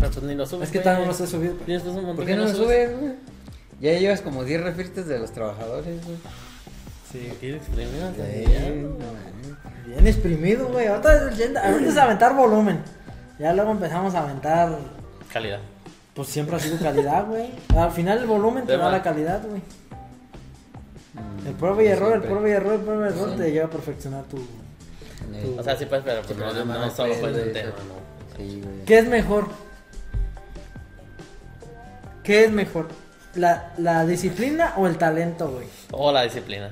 pues ni lo subes. Es que güey. todavía no los he subido. pa. Tienes un montón ¿Por que qué no no los subes. subes, güey? Ya llevas como 10 refirtes de los trabajadores, güey. Sí, aquí exprimir hasta Sí, ya, no güey. mames. Bien exprimido, güey. Ahorita ahorita es aventar volumen. Ya luego empezamos a aventar. Calidad. Pues siempre ha sido calidad, güey. Al final el volumen te da Tema. la calidad, güey. El prueba y error, el Pues Siempre. prueba y error, el prueba y error Sí. te lleva a perfeccionar tu. Sí. O sea, sí puedes, pero pues, Sí, no, pero no, no mames, solo fue güey, el eso- tema, ¿no? Sí, güey. ¿Qué es mejor? ¿Qué es mejor? ¿La, la disciplina o el talento, güey? O la disciplina.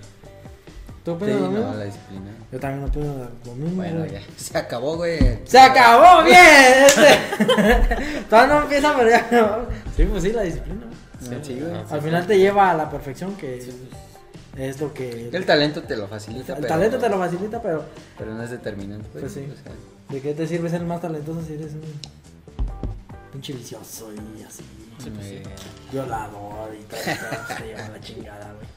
¿Tú Sí, opinas lo mismo? no, la disciplina. Yo también opino lo mismo. Bueno, güey. ya. Se acabó, güey. ¡Se acabó! ¡Bien! Este... Todavía no empieza, pero ya acabó. Sí, pues sí, la disciplina. güey. Sí, sí, güey. Ajá. Al final te lleva a la perfección, que es lo que. El talento te lo facilita, el pero- talento te lo facilita, pero Pero no es determinante, güey. Pues sí. O sea, ¿de qué te sirve ser el más talentoso si eres un pinche vicioso y así? pues eh, Violador y todo, todo, se lleva la chingada, güey.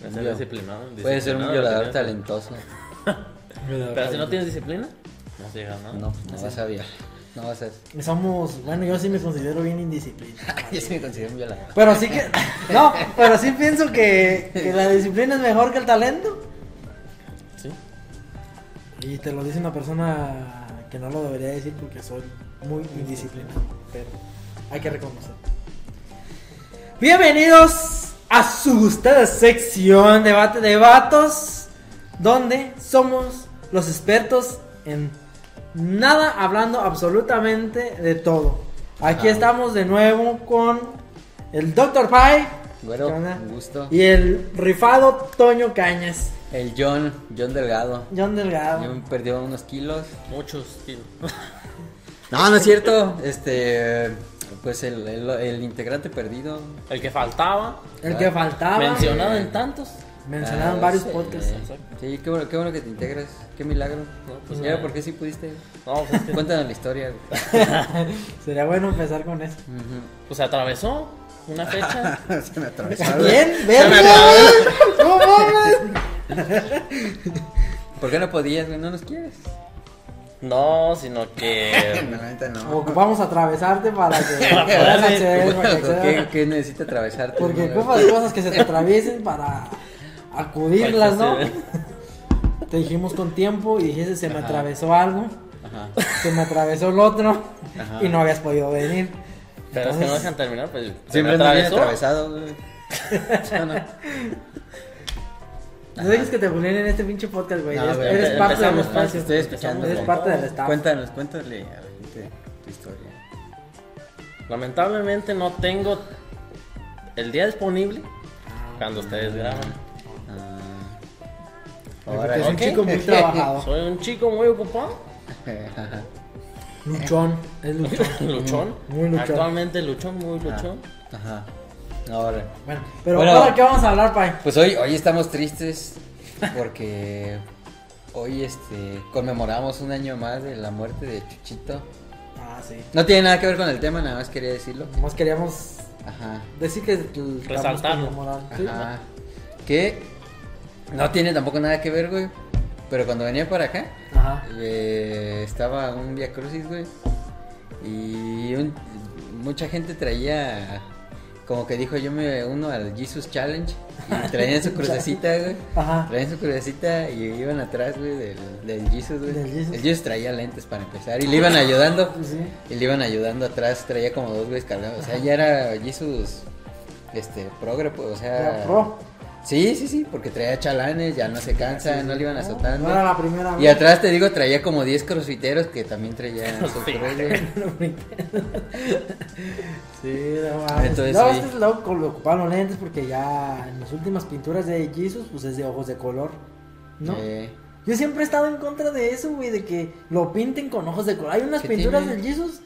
Puedes ser Yo. disciplinado. Puede ser un disciplinado, violador disciplinado. talentoso. Pero si no tienes disciplina, no llegas, ¿no? No, pues no vas a violar. No vas a. Somos, bueno, yo sí me considero bien indisciplinado. Yo sí me considero un violador. Pero sí que. No, pero sí pienso que, que la disciplina es mejor que el talento. Sí. Y te lo dice una persona que no lo debería decir porque soy muy indisciplinado. Pero hay que reconocer. Bienvenidos a su gustada sección Debate de Vatos, donde somos los expertos en nada, hablando absolutamente de todo. Aquí Ah. estamos de nuevo con el Dr. Pie. Güero, ¿Qué onda? un gusto. Y el rifado Toño Cañas. El John, John Delgado. John Delgado. Yo perdió unos kilos. Muchos kilos. No, no es cierto. Este. Pues el, el, el integrante perdido. El que faltaba. El que faltaba. mencionado en tantos. Mencionaron Ah, varios sí. podcasts. Sí, qué bueno, qué bueno que te integras. Qué milagro. No, pues, ¿Y ahora eh. por qué sí pudiste? No, pues es que- Cuéntanos la historia. güey. Sería bueno empezar con eso. Ujú. pues se atravesó una fecha. Se me atravesó. Bien, verga. No mames. ¿Por qué no podías, güey? ¿No nos quieres? No, sino que. neta Ocupamos atravesarte para que puedas acceder. para que ¿Qué, accedas. qué necesita atravesarte? Porque no? ocupas cosas que se te atraviesen para acudirlas, ¿no? Para que Te dijimos con tiempo y dijiste se me atravesó algo, Ajá. se me atravesó el otro Ajá. y no habías podido venir. Pero es que no Entonces, dejan terminar, pues. se Siempre me ando bien atravesado, güey. No, no. no dejes que te bulleen en este pinche podcast, güey. No, Eres- güey, eres empe- parte del empezamos, espacio. Estoy escuchando. Eres güey. parte del staff. Cuéntanos, cuéntale a la gente tu historia. Lamentablemente no tengo el día disponible Ah, cuando ustedes graban. Ah. Porque es Órale. un chico muy trabajado. Soy un chico muy ocupado. Ajá. Luchón, es luchón. Luchón. Muy luchón. Ah. Actualmente luchón, muy luchón. Ah, Ajá. Ahora. Bueno, pero Bueno. ¿para qué vamos a hablar, Pai? Pues hoy, hoy estamos tristes porque hoy este conmemoramos un año más de la muerte de Chuchito. Ah, sí. No tiene nada que ver con el tema, nada más quería decirlo. Nomás queríamos Ajá. decir que el- Resaltarlo. estamos conmemorando, ¿sí? Ajá. Que no tiene tampoco nada que ver, güey. Pero cuando venía para acá, Ajá. eh, estaba un Via Crucis, güey. Y un- mucha gente traía, como que dijo, yo me uno al Jesus Challenge. Y traían su crucecita, güey. Ajá. Traían su crucecita y iban atrás, güey, del, del Jesus, güey. Del Jesus. El Jesus traía lentes para empezar y le iban ayudando. Pues Sí. Y le iban ayudando atrás, traía como dos güeyes cargados. O sea, ya era Jesus, este, progre, pues, o sea. Era pro. Sí, sí, sí, porque traía chalanes, ya no se cansa, no le iban azotando. No era la primera Y vez. atrás te digo, traía como 10 crossfiteros que también traían su Crossfiteros. progre. Sí, no mames. Entonces, No, ahí- este es loco, lo ocuparon los lentes porque ya en las últimas pinturas de Jesus, pues es de ojos de color. ¿No? Eh, Yo siempre he estado en contra de eso, güey, de que lo pinten con ojos de color. Hay unas ¿Qué pinturas tiene? del Jesus.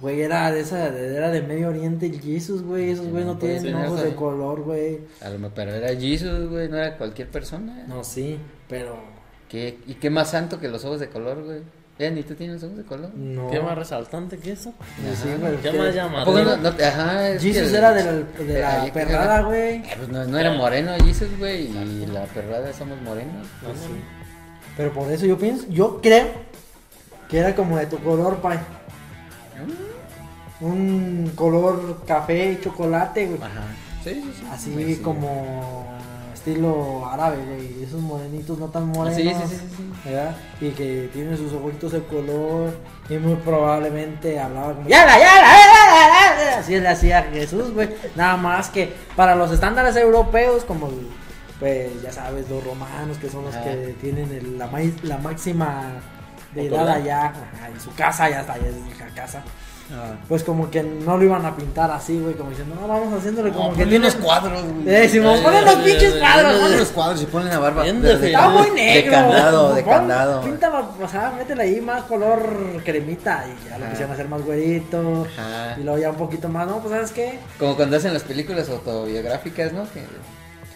Güey, era de esa, de- era de Medio Oriente el Jesus, güey. Esos Sí, güey no Ah, no puede tienen ser ojos eso, de eh. color, güey. a lo mejor, pero era Jesus, güey, no era cualquier persona. No, sí, pero ¿Qué- ¿Y qué más santo que los ojos de color, güey? Eh, ni tú tienes ojos de color. no. ¿Qué más resaltante que eso? Pues sí, güey, ¿Qué que- más ¿A poco no- llamativo? no te- ajá, es Jesus que- era de la, de Ay, la qué perrada, cagado. güey. Eh, pues no, no era moreno Jesus, güey, y la perrada somos morenos. No, no. Pero por eso yo pienso, yo creo que era como de tu color, pai. un color café y chocolate, güey. Ajá. Sí, sí, sí. Así Pues, sí. como estilo árabe, güey. Esos morenitos no tan Ah, morenos. sí, sí, sí, sí, sí. ¿verdad? Y que tiene sus ojitos de color. Y muy probablemente hablaba como. ¡Yala, yala, eh, yala, yala", Así le hacía Jesús, güey. Nada más que para los estándares europeos, como. Pues ya sabes, los romanos que son los Ajá. que tienen el- la, mai- la máxima deidad Autoridad. allá, ajá, en su casa, ya está, ya es hija casa. Ah. Pues como que no lo iban a pintar así, güey, como diciendo, no, vamos haciéndole como No, que ponle tiene unos cuadros, güey. Eh, Simón, ponle unos pinches cuadros, Ponle ponle- unos cuadros y ponle la barba. Bien verde. definido. Está muy Ah, negro. eh, De candado, de Pon- candado. Píntala, o sea, métele ahí más color cremita y ya lo Ajá. quisieron hacer más güerito. Ajá. Y luego ya un poquito más, ¿no? Pues ¿sabes qué? Como cuando hacen las películas autobiográficas, ¿no? Que,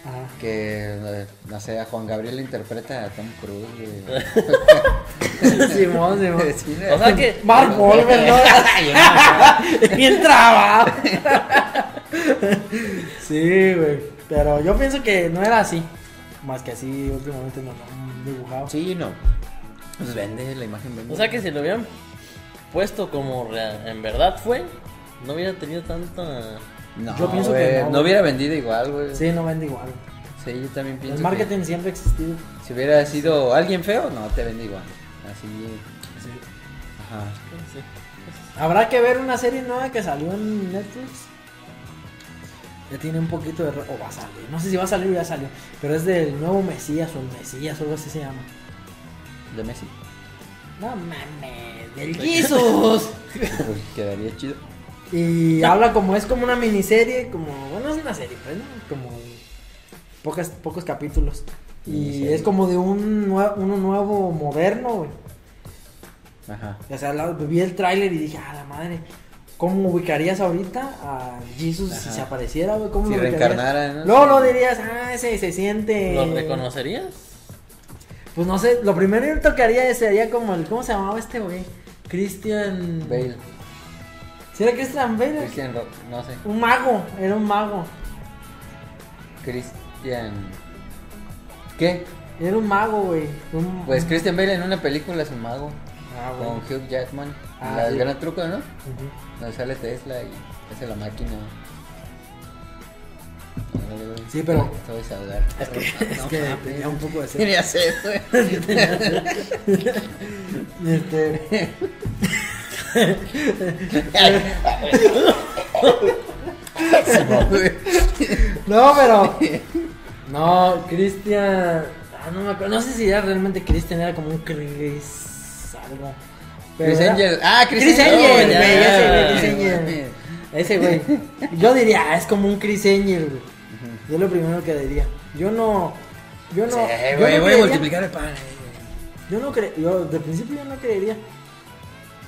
Ajá. que eh, no sé, a Juan Gabriel le interpreta a Tom Cruise, güey. Simón, Simón. Sí, O sea que. Mark Wolver, ¿no? Bien trabado. sí, güey. Pero yo pienso que no era así. Más que así últimamente nos lo han dibujado. Sí, no. Pues vende, la imagen vende. O sea que si lo hubieran puesto como rea- en verdad fue, no hubiera tenido tanta. No, Yo pienso güey, que no, no, güey. hubiera vendido igual, güey. Sí, no vende igual. Sí, yo también pienso. El que marketing siempre ha existido. si hubiera sido alguien feo, no te vende igual. Así. Ajá. Sí. Habrá que ver una serie nueva que salió en Netflix. Ya tiene un poquito de. ra- O va a salir. No sé si va a salir o ya salió. Pero es del nuevo Mesías o el Mesías o algo así se llama. De Messi. No mames, del Jesus. Pues quedaría chido. y habla como es como una miniserie. Como. Bueno, es una serie, pues, ¿no? Como. Pocas, pocos capítulos. Y Miniserie. es como de un nue- uno nuevo moderno, güey. Ajá. O sea, la- vi el tráiler y dije, ah, la madre, ¿cómo ubicarías ahorita a Jesus si Ajá. se apareciera, güey? ¿Cómo Si lo ubicarías? reencarnara, ¿no? No, lo dirías, ah, ese se siente. ¿Lo reconocerías? Pues no sé, lo primero que haría sería como el, ¿cómo se llamaba este güey? Christian. Bale. ¿Sí era Christian Bale? Christian Rock, no sé. Un mago, era un mago. Christian. ¿Qué? Era un mago, güey. Un- Pues Christian Bale en una película es un mago. Ah, güey. Con Hugh Jackman. Ah, la del sí. gran truco, ¿no? Ujú. Donde sale Tesla y hace la máquina. Sí, pero- Te voy a hablar. Es que tenía un poco de sed. Tenía sed, güey. Este, No, pero. No, Cristian. Ah, no me acuerdo. No sé si era realmente Cristian, era como un Chris. Algo. Pero Chris era- Angel. Ah, Chris, Chris Angel, Angel. güey, ya sé, güey, Chris güey. Angel. Ese güey. Yo diría, "Ah, es como un Chris Angel, güey. Yo lo primero que diría. Yo no. Yo no. Sí, yo güey, no voy creería- a multiplicar el pan. Yo no creo. Yo, de principio, yo no creería.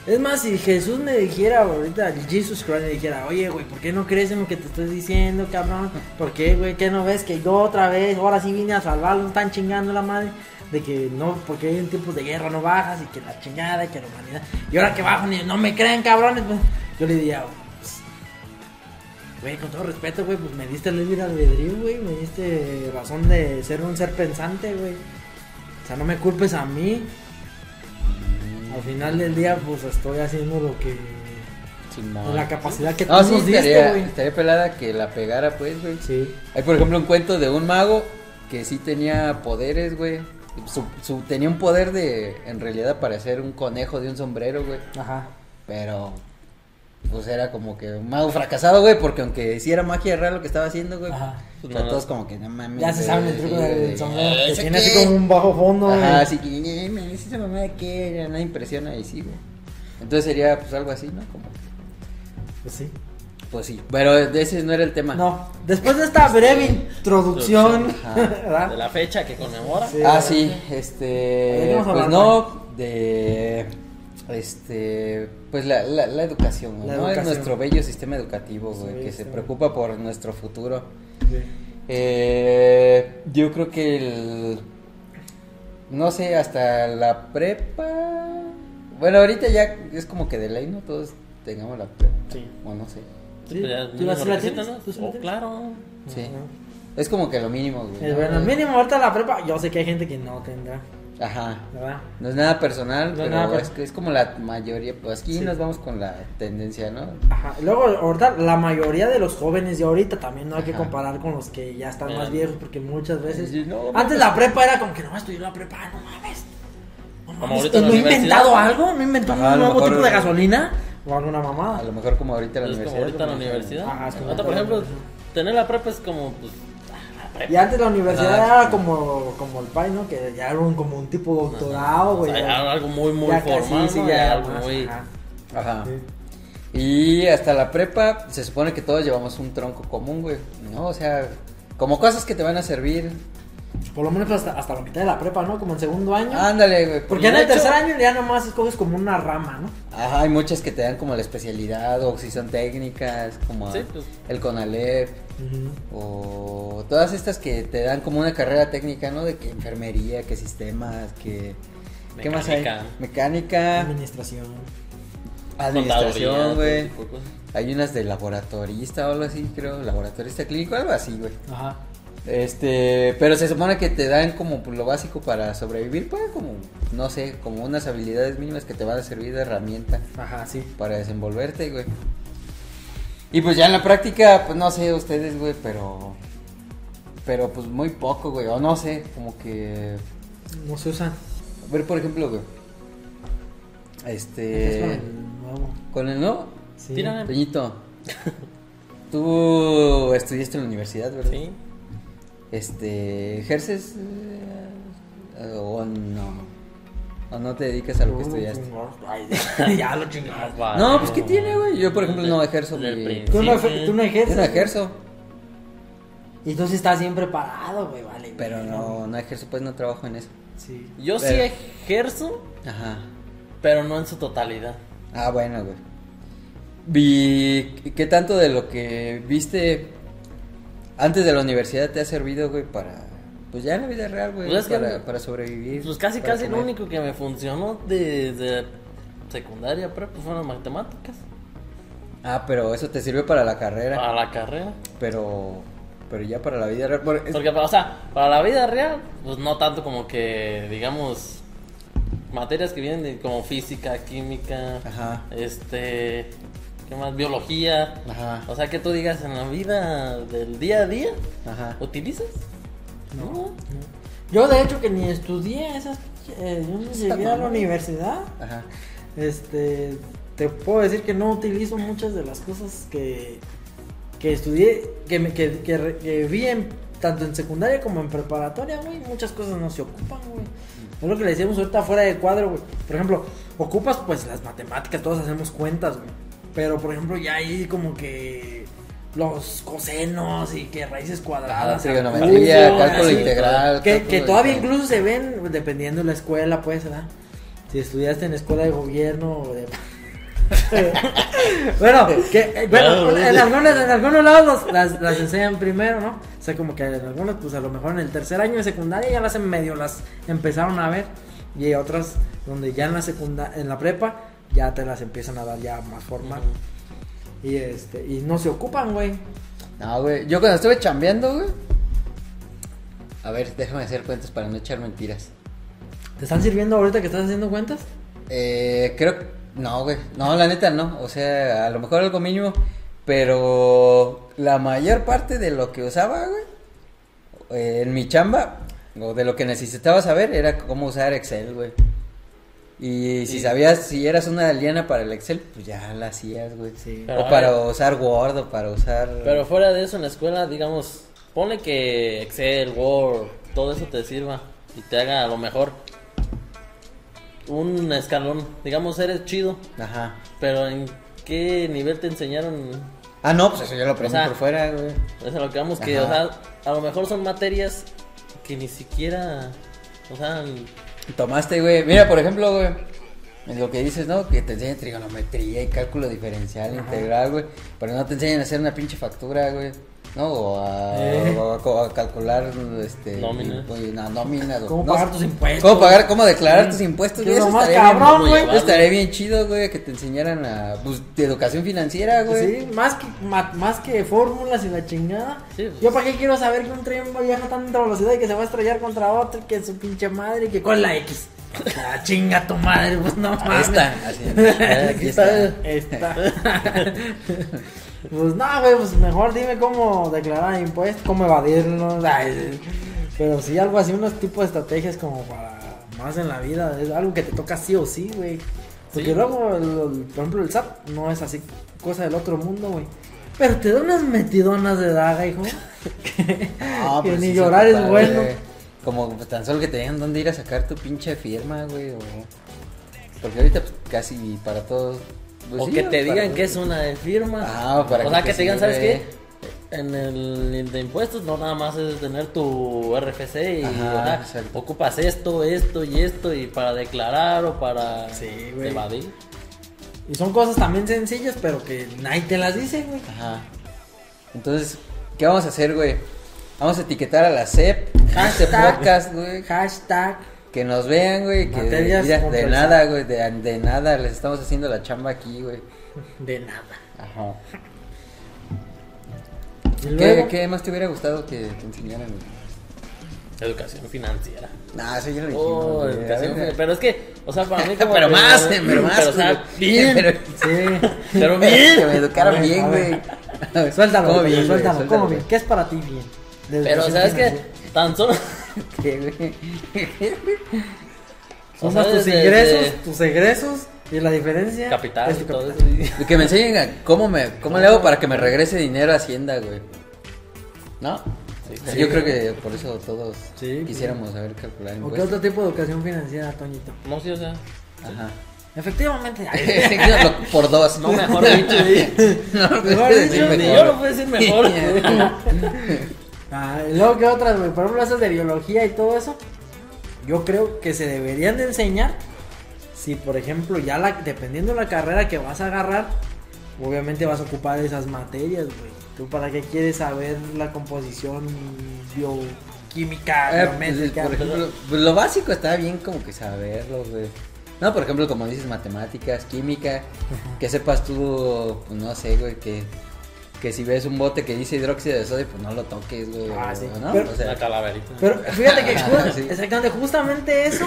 Es más, si Jesús me dijera ahorita, Jesus Christ me dijera, oye, güey, ¿por qué no crees en lo que te estoy diciendo, cabrón? ¿Por qué, güey? ¿Qué no ves que yo otra vez, ahora sí vine a salvarlos, están chingando la madre? De que no, porque en tiempos de guerra no bajas y que la chingada y que la humanidad. Y ahora que bajo, ni, no me crean, cabrones. pues, yo le diría, "Pues, güey, con todo respeto, güey, pues me diste el libre albedrío, güey, me diste razón de ser un ser pensante, güey. O sea, no me culpes a mí. Al final del día, pues estoy haciendo lo que. Ah. Simón. Pues La capacidad que No, tú sí, nos diste, estaría, güey. estaría pelada que la pegara, pues, güey. Sí. Hay, por ejemplo, un cuento de un mago que sí tenía poderes, güey. Su- su- tenía un poder de, en realidad, parecer un conejo de un sombrero, güey. Ajá. Pero, pues era como que un mago fracasado, güey, porque aunque hiciera magia real lo que estaba haciendo, güey. Ajá. pues, No, no. todos como que no mames. Eh, Ya se güey, saben el truco sí, del güey. sombrero. Que ¿Ese tiene qué? así como un bajo fondo. Ajá, güey. así que, "Eh, me dice esa mamá de que ya nadie impresiona y sí, güey. Entonces sería, pues, algo así, ¿no? Como, Pues sí. pues sí. Pero de ese no era el tema. No. Después de esta breve introducción. Ajá. De ¿Verdad? la fecha que conmemora. Ah. Sí. Ah, sí, Ahí este. vamos a Pues hablar, no, de. Este. Pues la, la, la educación, güey, La ¿no? educación. Es nuestro bello sistema educativo, güey, bello que se sistema. preocupa por nuestro futuro. Sí. Eh, yo creo que el. No sé, hasta la prepa. Bueno, ahorita ya es como que de ley, ¿no? Todos tengamos la prepa. Sí. O no sé. Sí, Pues ya ¿Tú mínimo la, sí la requisito, tienes? ¿no? ¿Tú sí la Oh, tienes? claro. Sí. Ajá. Eh, Es como que lo mínimo, güey. Es ¿no? bueno, mínimo ahorita la prepa. Yo sé que hay gente que no tendrá. Ajá. ¿verdad? No es nada personal, No es pero nada per- es, que es como la mayoría. Pues aquí Sí. nos vamos con la tendencia, ¿no? Ajá. y Luego, ahorita, la mayoría de los jóvenes de ahorita también no hay que Ajá. comparar con los que ya están más Eh. pues, viejos, porque muchas veces. Sí, no, Antes la prepa era como que no estudié la prepa, no mames. No Como mames, ahorita en la ¿no he universidad. inventado algo? ¿No he inventado Ajá, a un lo nuevo mejor- tipo de gasolina? ¿O alguna mamada? A lo mejor como ahorita la Es Pues como universidad. ahorita en la como- universidad. Ajá, es como Ahorita, por ahorita en la ejemplo, tener la prepa es como, pues, ah, la prepa. Y antes la universidad Ah, era como, como el PAI, ¿no? Que ya era un, como un tipo doctorado, O güey. sea, ya- ya algo muy, muy ya casi, formal, sí, ¿no? ya Ya era algo más, muy... ajá. Ajá. Sí. Y hasta la prepa, se supone que todos llevamos un tronco común, güey. ¿No? O sea, como cosas que te van a servir. Por lo menos hasta, hasta la mitad de la prepa, ¿no? Como en segundo año. Ah, Ándale, güey. Porque ya en De el hecho- tercer año ya nomás escoges como una rama, ¿no? Ajá, hay muchas que te dan como la especialidad o si son técnicas, como Sí, pues. el CONALEP o todas estas que te dan como una carrera técnica, ¿no? De que enfermería, que sistemas, que... ¿Qué más hay? Mecánica. Mecánica, Administración. administración, contaduría, güey. todo tipo de cosas. Hay unas de laboratorista o algo así, creo. Laboratorista clínico, algo así, güey. Ajá. Este, pero se supone que te dan como lo básico para sobrevivir, pues como, no sé, como unas habilidades mínimas que te van a servir de herramienta Ajá, sí. para desenvolverte, güey. Y pues ya en la práctica, pues no sé ustedes, güey, pero, pero pues muy poco, güey, o no sé, como que, No se usan. a ver, por ejemplo, güey, Es como este, el nuevo. con el no, Sí. Tírame. Peñito, tú estudiaste en la universidad, ¿verdad? Sí. Este, ¿ejerces eh, o no? ¿O no te dedicas a lo que estudiaste? Ay, ya- ya lo chingaste. No, pues ¿qué tiene, güey? Yo, por ejemplo, no ejerzo Del mi- principio. Tú no, Sí. tú no Yo ejerces. no ejerzo, Y tú sí estás bien preparado, güey, vale. pero no, no ejerzo, pues no trabajo en eso. Sí. Yo sí Pero- ejerzo, Ajá. pero no en su totalidad. Ah, bueno, güey. Vi, ¿qué tanto de lo que viste antes de la universidad te ha servido, güey, para, pues ya en la vida real, güey, Pues es que- para, para sobrevivir? Pues casi, para casi lo comer? único que me funcionó desde secundaria, prepa, fueron las matemáticas. Ah, pero eso te sirve para la carrera, Para la carrera. pero, pero ya para la vida real. por- es- Porque, o sea, para la vida real, pues no tanto como que, digamos, materias que vienen de- como física, química, Ajá. este, ¿qué más? Biología. Ajá. O sea, que tú digas en la vida del día a día, Ajá. ¿utilizas? No. Yo, de hecho, que ni estudié esas. eh, yo ni llegué a la mamón. universidad. Ajá. Este. Te puedo decir que no utilizo muchas de las cosas que. Que estudié. Que, me- que, que re- que vi en, tanto en secundaria como en preparatoria, güey. Muchas cosas no se ocupan, güey. Es lo que le decíamos ahorita fuera de cuadro, güey. Por ejemplo, ocupas pues las matemáticas, todos hacemos cuentas, güey. Pero por ejemplo, ya ahí como que los cosenos y que raíces Ah, cuadradas. trigonometría, agudos, cálculo así. integral. Que, cálculo que todavía integral. incluso se ven, dependiendo de la escuela, pues, ¿verdad? Si estudiaste en escuela de gobierno o de... bueno, que, eh, bueno, Claro. en, algunos, en algunos lados los- las, las enseñan primero, ¿no? O sea, como que en algunos, pues a lo mejor en el tercer año de secundaria ya las en medio las empezaron a ver. Y hay otras donde ya en la secunda, en la prepa ya te las empiezan a dar ya más formal. Y este, y no se ocupan, güey. No, güey. Yo cuando estuve chambeando, güey. A ver, déjame hacer cuentas para no echar mentiras. ¿Te están sirviendo ahorita que estás haciendo cuentas? Eh, creo. No, güey. No, la neta no. O sea, a lo mejor algo mínimo. Pero la mayor parte de lo que usaba, güey. eh, en mi chamba. O de lo que necesitaba saber era cómo usar Excel, güey. Y si Y- sabías, si eras una aliena para el Excel, pues ya la hacías, güey. Sí. Pero o a para ver. usar Word, o para usar. Pero fuera de eso, en la escuela, digamos, ponle que Excel, Word, todo eso te sirva y te haga a lo mejor un escalón. Digamos, eres chido, Ajá. pero ¿en qué nivel te enseñaron? Ah, no, pues eso ya lo aprendí O sea, por fuera, güey. Es a lo que vamos, que, Ajá. o sea, a lo mejor son materias que ni siquiera, o sea, Tomaste, güey. Mira, por ejemplo, güey. en Lo que dices, ¿no? Que te enseñan trigonometría y cálculo diferencial, integral, güey. Pero no te enseñan a hacer una pinche factura, güey. No, o a, Eh. o a co- a calcular este, Nóminas. impu- no, nóminas, o- ¿Cómo no pagar sé. tus impuestos? ¿Cómo pagar, cómo declarar tus impuestos? Que güey? es lo Eso más estaría cabrón, bien, güey. eso estaría bien chido, güey, que te enseñaran a, pues, de educación financiera, güey. Sí, más que, ma- más que fórmulas y la chingada. Sí, pues. Yo para qué quiero saber que un tren viaja a tanta velocidad y que se va a estrellar contra otro y que su pinche madre y que con la X. La chinga tu madre, pues no Ahí mames. está, así, ahí Aquí Ah, está. está. Está. pues no, güey, pues mejor dime cómo declarar impuestos, cómo evadirnos. ay, pero sí, algo así, unos tipos de estrategias como para más en la vida. Es algo que te toca sí o sí, güey. Porque Sí. luego, el- el- por ejemplo, el SAT no es así, cosa del otro mundo, güey. Pero te da unas metidonas de daga, hijo. No, que pero ni Ah, pues sí se llorar es ocupa, bueno. güey. Como pues, tan solo que te digan dónde ir a sacar tu pinche firma, güey. o- Porque ahorita pues, casi para todos. pues, o sí, que ¿no? te Para digan todos. que es una de firmas. Ah, para o que sea, te que te digan, ¿sabes sirve. qué? En el, el de impuestos no nada más es tener tu RFC y Ajá, ajá, exacto. ocupas esto, esto y esto y para declarar o para Sí, güey. evadir. Y son cosas también sencillas, pero que nadie te las dice, güey. Ajá. Entonces, ¿qué vamos a hacer, güey? Vamos a etiquetar a la CEP, a este Hashtag. podcast, güey. Hashtag. Que nos vean, güey. Que Materias mira, de controversiales. nada, güey. De, de nada, les estamos haciendo la chamba aquí, güey. De nada. Ajá. Y ¿Qué, luego- qué más te hubiera gustado que te enseñaran? güey? Educación financiera. Nah, eso ya lo dijimos. Oh, güey. A educación ver, financiera. Pero es que, o sea, para mí como pero que- más, eh, pero más. Pero, o sea, güey. bien. Pero, Sí. pero bien. que me educaron A ver, a bien, ver. güey. A ver, Suéltalo, ¿cómo güey, bien, güey? suéltalo, ¿cómo bien? güey. ¿Qué es para ti bien? Desde Pero, que ¿sabes tienes- qué? Tan solo... ¿Qué, güey? Son o más sea, tus desde- ingresos, desde tus egresos y la diferencia. Capital es tu y todo capital. eso. Que me enseñen a cómo me, cómo le hago para que me regrese dinero a Hacienda, güey. ¿No? Sí. Yo creo que por eso todos Sí, quisiéramos saber calcular ¿O qué impuestos. otro tipo de educación financiera, Toñito? No, sí, o sea... Ajá. Efectivamente. ay, Lo- por dos. No, mejor dicho, No, no Mejor puedes dicho, decir ni mejor. yo lo puedo decir mejor. ah, y luego, ¿qué otras, güey? Por ejemplo, esas de biología y todo eso. Yo creo que se deberían de enseñar. Si, por ejemplo, ya la, dependiendo de la carrera que vas a agarrar, obviamente vas a ocupar esas materias, güey. ¿Tú para qué quieres saber la composición bioquímica, Eh, pues, biométrica? por ejemplo, pues, lo básico está bien como que saberlo, güey. No, por ejemplo, como dices, matemáticas, química, que sepas tú, pues, no sé, güey, que, que si ves un bote que dice hidróxido de sodio, pues no lo toques, güey. Ah, sí. ¿no? Pero- O La sea, calaverita. Pero fíjate que ju- Sí. exactamente, justamente eso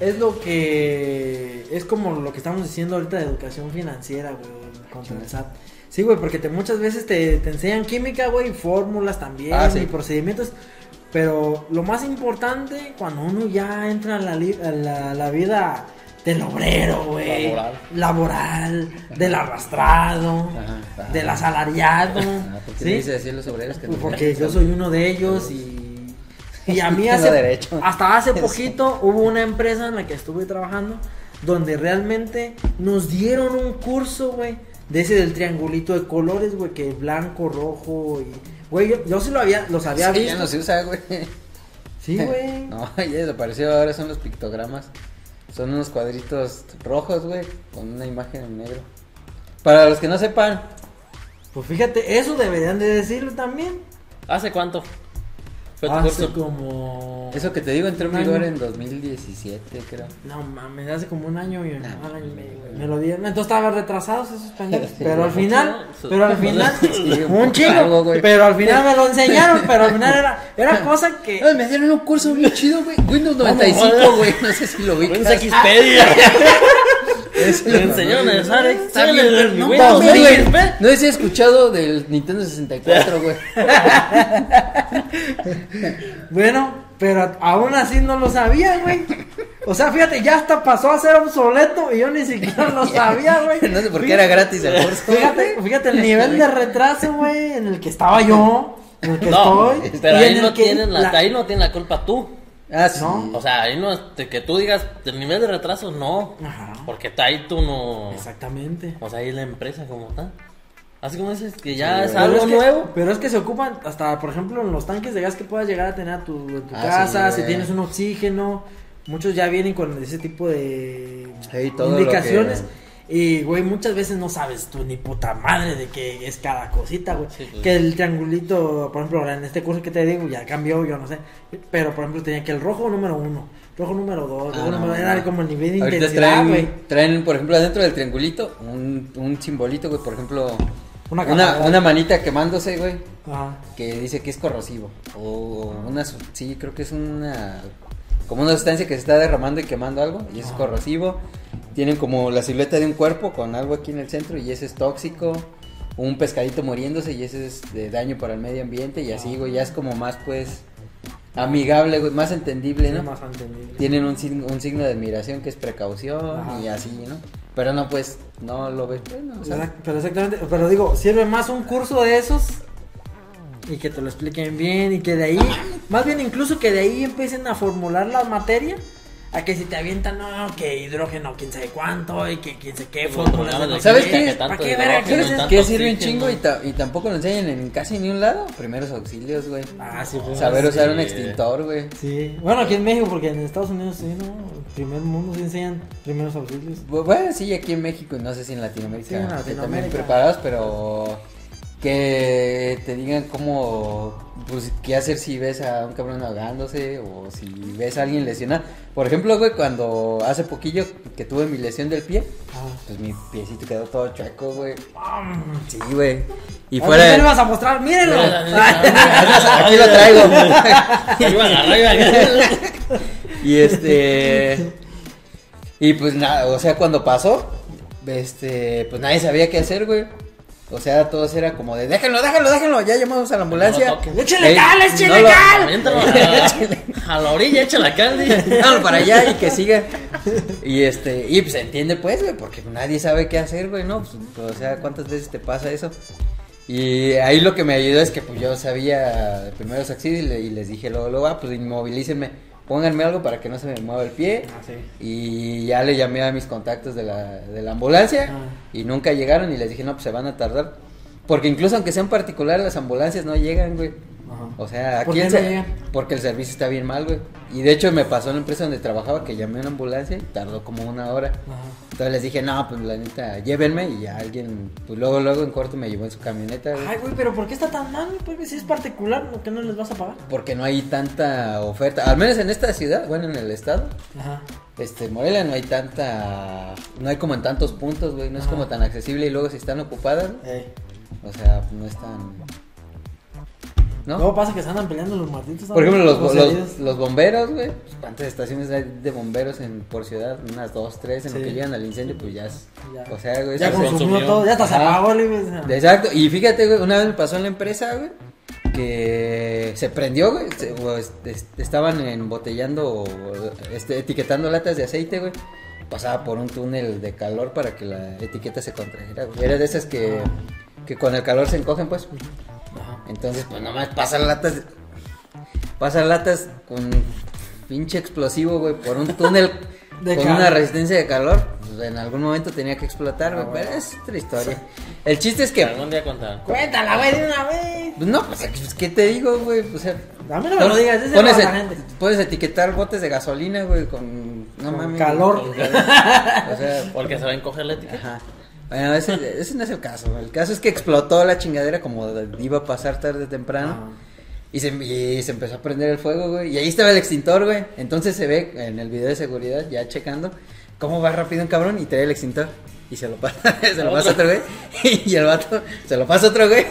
es lo que es como lo que estamos diciendo ahorita de educación financiera, güey, contra el SAT. Sí, güey, porque te, muchas veces te, te enseñan química, güey, y fórmulas también, Ah, sí. y procedimientos. Pero lo más importante, cuando uno ya entra a la, li- a la, la vida del obrero, güey. Laboral. laboral, del arrastrado, Ajá, ajá. del asalariado. Ah, ¿por qué ¿sí? le dices así a los obreros que Pues no- porque yo soy uno de ellos y, y a mí Tengo hace, derecho. hasta hace Sí. poquito hubo una empresa en la que estuve trabajando donde realmente nos dieron un curso, güey, de ese del triangulito de colores, güey, que blanco, rojo y... Güey, yo, yo sí lo había, los había Sí, ya visto. no se usa, güey. Sí, güey. No, ya desapareció, ahora son los pictogramas. Son unos cuadritos rojos, güey, con una imagen en negro. Para los que no sepan, Pues fíjate, eso deberían de decirlo también. ¿Hace cuánto? Fue tu Hace curso. como... eso que te digo entró en Un vigor año. en 2017, creo. No mames, hace como un año y un Ah, año y medio, güey. Me lo dieron. Entonces estaban retrasados esos pendejos. Sí, Pero al mucho, final, ¿no? pero al final, Sí, un un poco algo, chingo. güey. Pero al final me lo enseñaron. Pero al final era, era cosa que. Ay, me dieron un curso bien chido, güey. Windows 95, güey. No sé si lo vi. Windows Xpedia. Me enseñaron a usar Está Excel bien, en pero no Windows mames, güey. XP. No sé si he escuchado del Nintendo 64, güey. Bueno, pero aún así no lo sabía, güey. O sea, fíjate, ya hasta pasó a ser obsoleto y yo ni siquiera lo sabía, güey. No sé por qué era gratis el curso. Fíjate, fíjate el nivel de retraso, güey, en el que estaba yo, en el que No, estoy. pero y en ahí el no, que tienen la, la- ahí no tienen la culpa tú. Ah, sí. No. O sea, ahí no, este, que tú digas el nivel de retraso, no. Ajá. Porque ahí tú no. Exactamente. O sea, ahí la empresa como tal. Así como dices que ya Sí, es güey. algo es que- nuevo. Pero es que se ocupan hasta, por ejemplo, en los tanques de gas que puedas llegar a tener a tu, en tu Ah, casa, sí, si güey. tienes un oxígeno. Muchos ya vienen con ese tipo de Sí, todo lo indicaciones. que- Y, güey, muchas veces no sabes tú ni puta madre de qué es cada cosita, güey. Sí, pues. Que el triangulito, por ejemplo, ahora en este curso que te digo, ya cambió, yo no sé. Pero, por ejemplo, tenía que el rojo número uno, rojo número dos, rojo Ah, no, número no. Era como el nivel de Ahorita intensidad, güey. traen, traen, por ejemplo, adentro del triangulito, un, un simbolito, güey, por ejemplo, Una una, una, calavera. manita quemándose, güey, Ajá. que dice que es corrosivo. O una, su- sí, creo que es una, como una sustancia que se está derramando y quemando algo, y eso es Ajá. corrosivo. Tienen como la silueta de un cuerpo con algo aquí en el centro, y ese es tóxico. Un pescadito muriéndose, y ese es de daño para el medio ambiente, y así, güey, ya es como más, pues, amigable, güey, más entendible, ¿no? Es más entendible. tienen un, sign- un signo de admiración que es precaución Ajá. Pues y así, ¿no? Pero no, pues, no lo ves. Bueno, o sea, Exact- Pero exactamente, pero digo, sirve más un curso de esos y que te lo expliquen bien y que de ahí, más bien incluso que de ahí empiecen a formular la materia. A que si te avientan, no, que hidrógeno, quién sabe cuánto, y que quién sabe qué, Sí, fórmulas no, de no, no ¿sabes sé qué? qué? Que tanto ¿Para qué hidrógeno, verga quieres ¿Sabes tanto qué sirve un oxígeno. chingo y, ta- y tampoco lo enseñan en casi ni un lado? Primeros auxilios, güey. Ah, sí, pues, Saber sí. usar un extintor, güey. Sí, bueno, aquí en México, porque en Estados Unidos sí, ¿no? En primer mundo sí enseñan primeros auxilios. Bu- Bueno, sí, aquí en México y no sé si en Latinoamérica, Sí, en que también Latinoamérica. preparados, pero que te digan cómo, pues, qué hacer si ves a un cabrón ahogándose o si ves a alguien lesionado. Por ejemplo, güey, cuando hace poquillo que tuve mi lesión del pie, pues mi piecito quedó todo chueco, güey. Sí, güey. Y ¿Y fuera... fuera? Ah, ¿Qué le vas a mostrar? ¡Mírenlo! Mira, Aquí lo traigo. Arriba, arriba. Y este. Y pues nada, o sea, cuando pasó, este, pues nadie sabía qué hacer, güey. O sea, todos era como de déjenlo, déjenlo, déjenlo, ya llamamos a la ambulancia. No lo toquen. ¡Échale Ey, cal, no échale lo- cal! Aviéntalo a, a la orilla, echa la calde. Déjalo para allá y que siga. Y este, y pues entiende pues, güey, porque nadie sabe qué hacer, güey, ¿no? Pues, pues, o sea, ¿cuántas veces te pasa eso? Y ahí lo que me ayudó es que pues yo sabía de primeros auxilios y, le- y les dije luego, luego, ah, pues inmovilícenme, pónganme algo para que no se me mueva el pie. Ah, sí. Y ya le llamé a mis contactos de la, de la ambulancia Ah. y nunca llegaron y les dije, no, pues se van a tardar. Porque incluso aunque sean particulares, las ambulancias no llegan, güey. Ajá. O sea, ¿Por aquí qué el no se- llegan? porque el servicio está bien mal, güey. Y de hecho me pasó en la empresa donde trabajaba que llamé a una ambulancia y tardó como una hora. Ajá. Entonces les dije, no, pues la neta, llévenme y ya alguien, pues luego, luego en corto me llevó en su camioneta, güey. Ay, güey, pero ¿por qué está tan mal? güey? Pues si es particular, ¿por qué no les vas a pagar? Porque no hay tanta oferta, al menos en esta ciudad, bueno, en el estado. Ajá. Este, Morelia no hay tanta, no hay como en tantos puntos, güey, no es Ajá. como tan accesible y luego si están ocupadas, Ey. o sea, no es tan... ¿No? Luego pasa que se andan peleando los malditos. Por ejemplo, los, ¿no? los, heridos. los bomberos, güey. pues, ¿Cuántas estaciones hay de bomberos en, por ciudad? Unas dos, tres. En Sí. lo que llegan al incendio, pues ya es. Ya. O sea, güey. Ya eso con- es- consumió consumió. todo, ya hasta se Ajá. apagó, le güey, o sea. Exacto. Y fíjate, güey, una vez me pasó en la empresa, güey. Que se prendió, güey. se- o este- este- estaban embotellando, este, etiquetando latas de aceite, güey. Pasaba por un túnel de calor para que la etiqueta se contrajera, güey. Era de esas que, que con el calor se encogen, pues. Ajá. Entonces, pues nomás pasan latas. Pasan latas con pinche explosivo, güey, por un túnel De con calor. una resistencia de calor. pues, en algún momento tenía que explotar, güey, Ah, pero bueno. es otra historia. El chiste es que. Algún día contarán. Cuéntala, güey, de una vez. pues, no, pues, pues, ¿qué te digo, güey? O sea. A mí no me lo digas, ese pones, no va a et- la gente. puedes etiquetar botes de gasolina, güey, con. No Con mames. calor. con calor. o sea, Porque se va a encoger la etiqueta. Ajá. Bueno, ese, ese no es el caso. El caso es que explotó la chingadera como iba a pasar tarde o Ah, temprano. Y se, y se empezó a prender el fuego, güey. Y ahí estaba el extintor, güey. Entonces se ve en el video de seguridad, ya checando, cómo va rápido un cabrón y trae el extintor. Y se lo pasa, se lo pasa otro güey. Y el vato se lo pasa otro güey.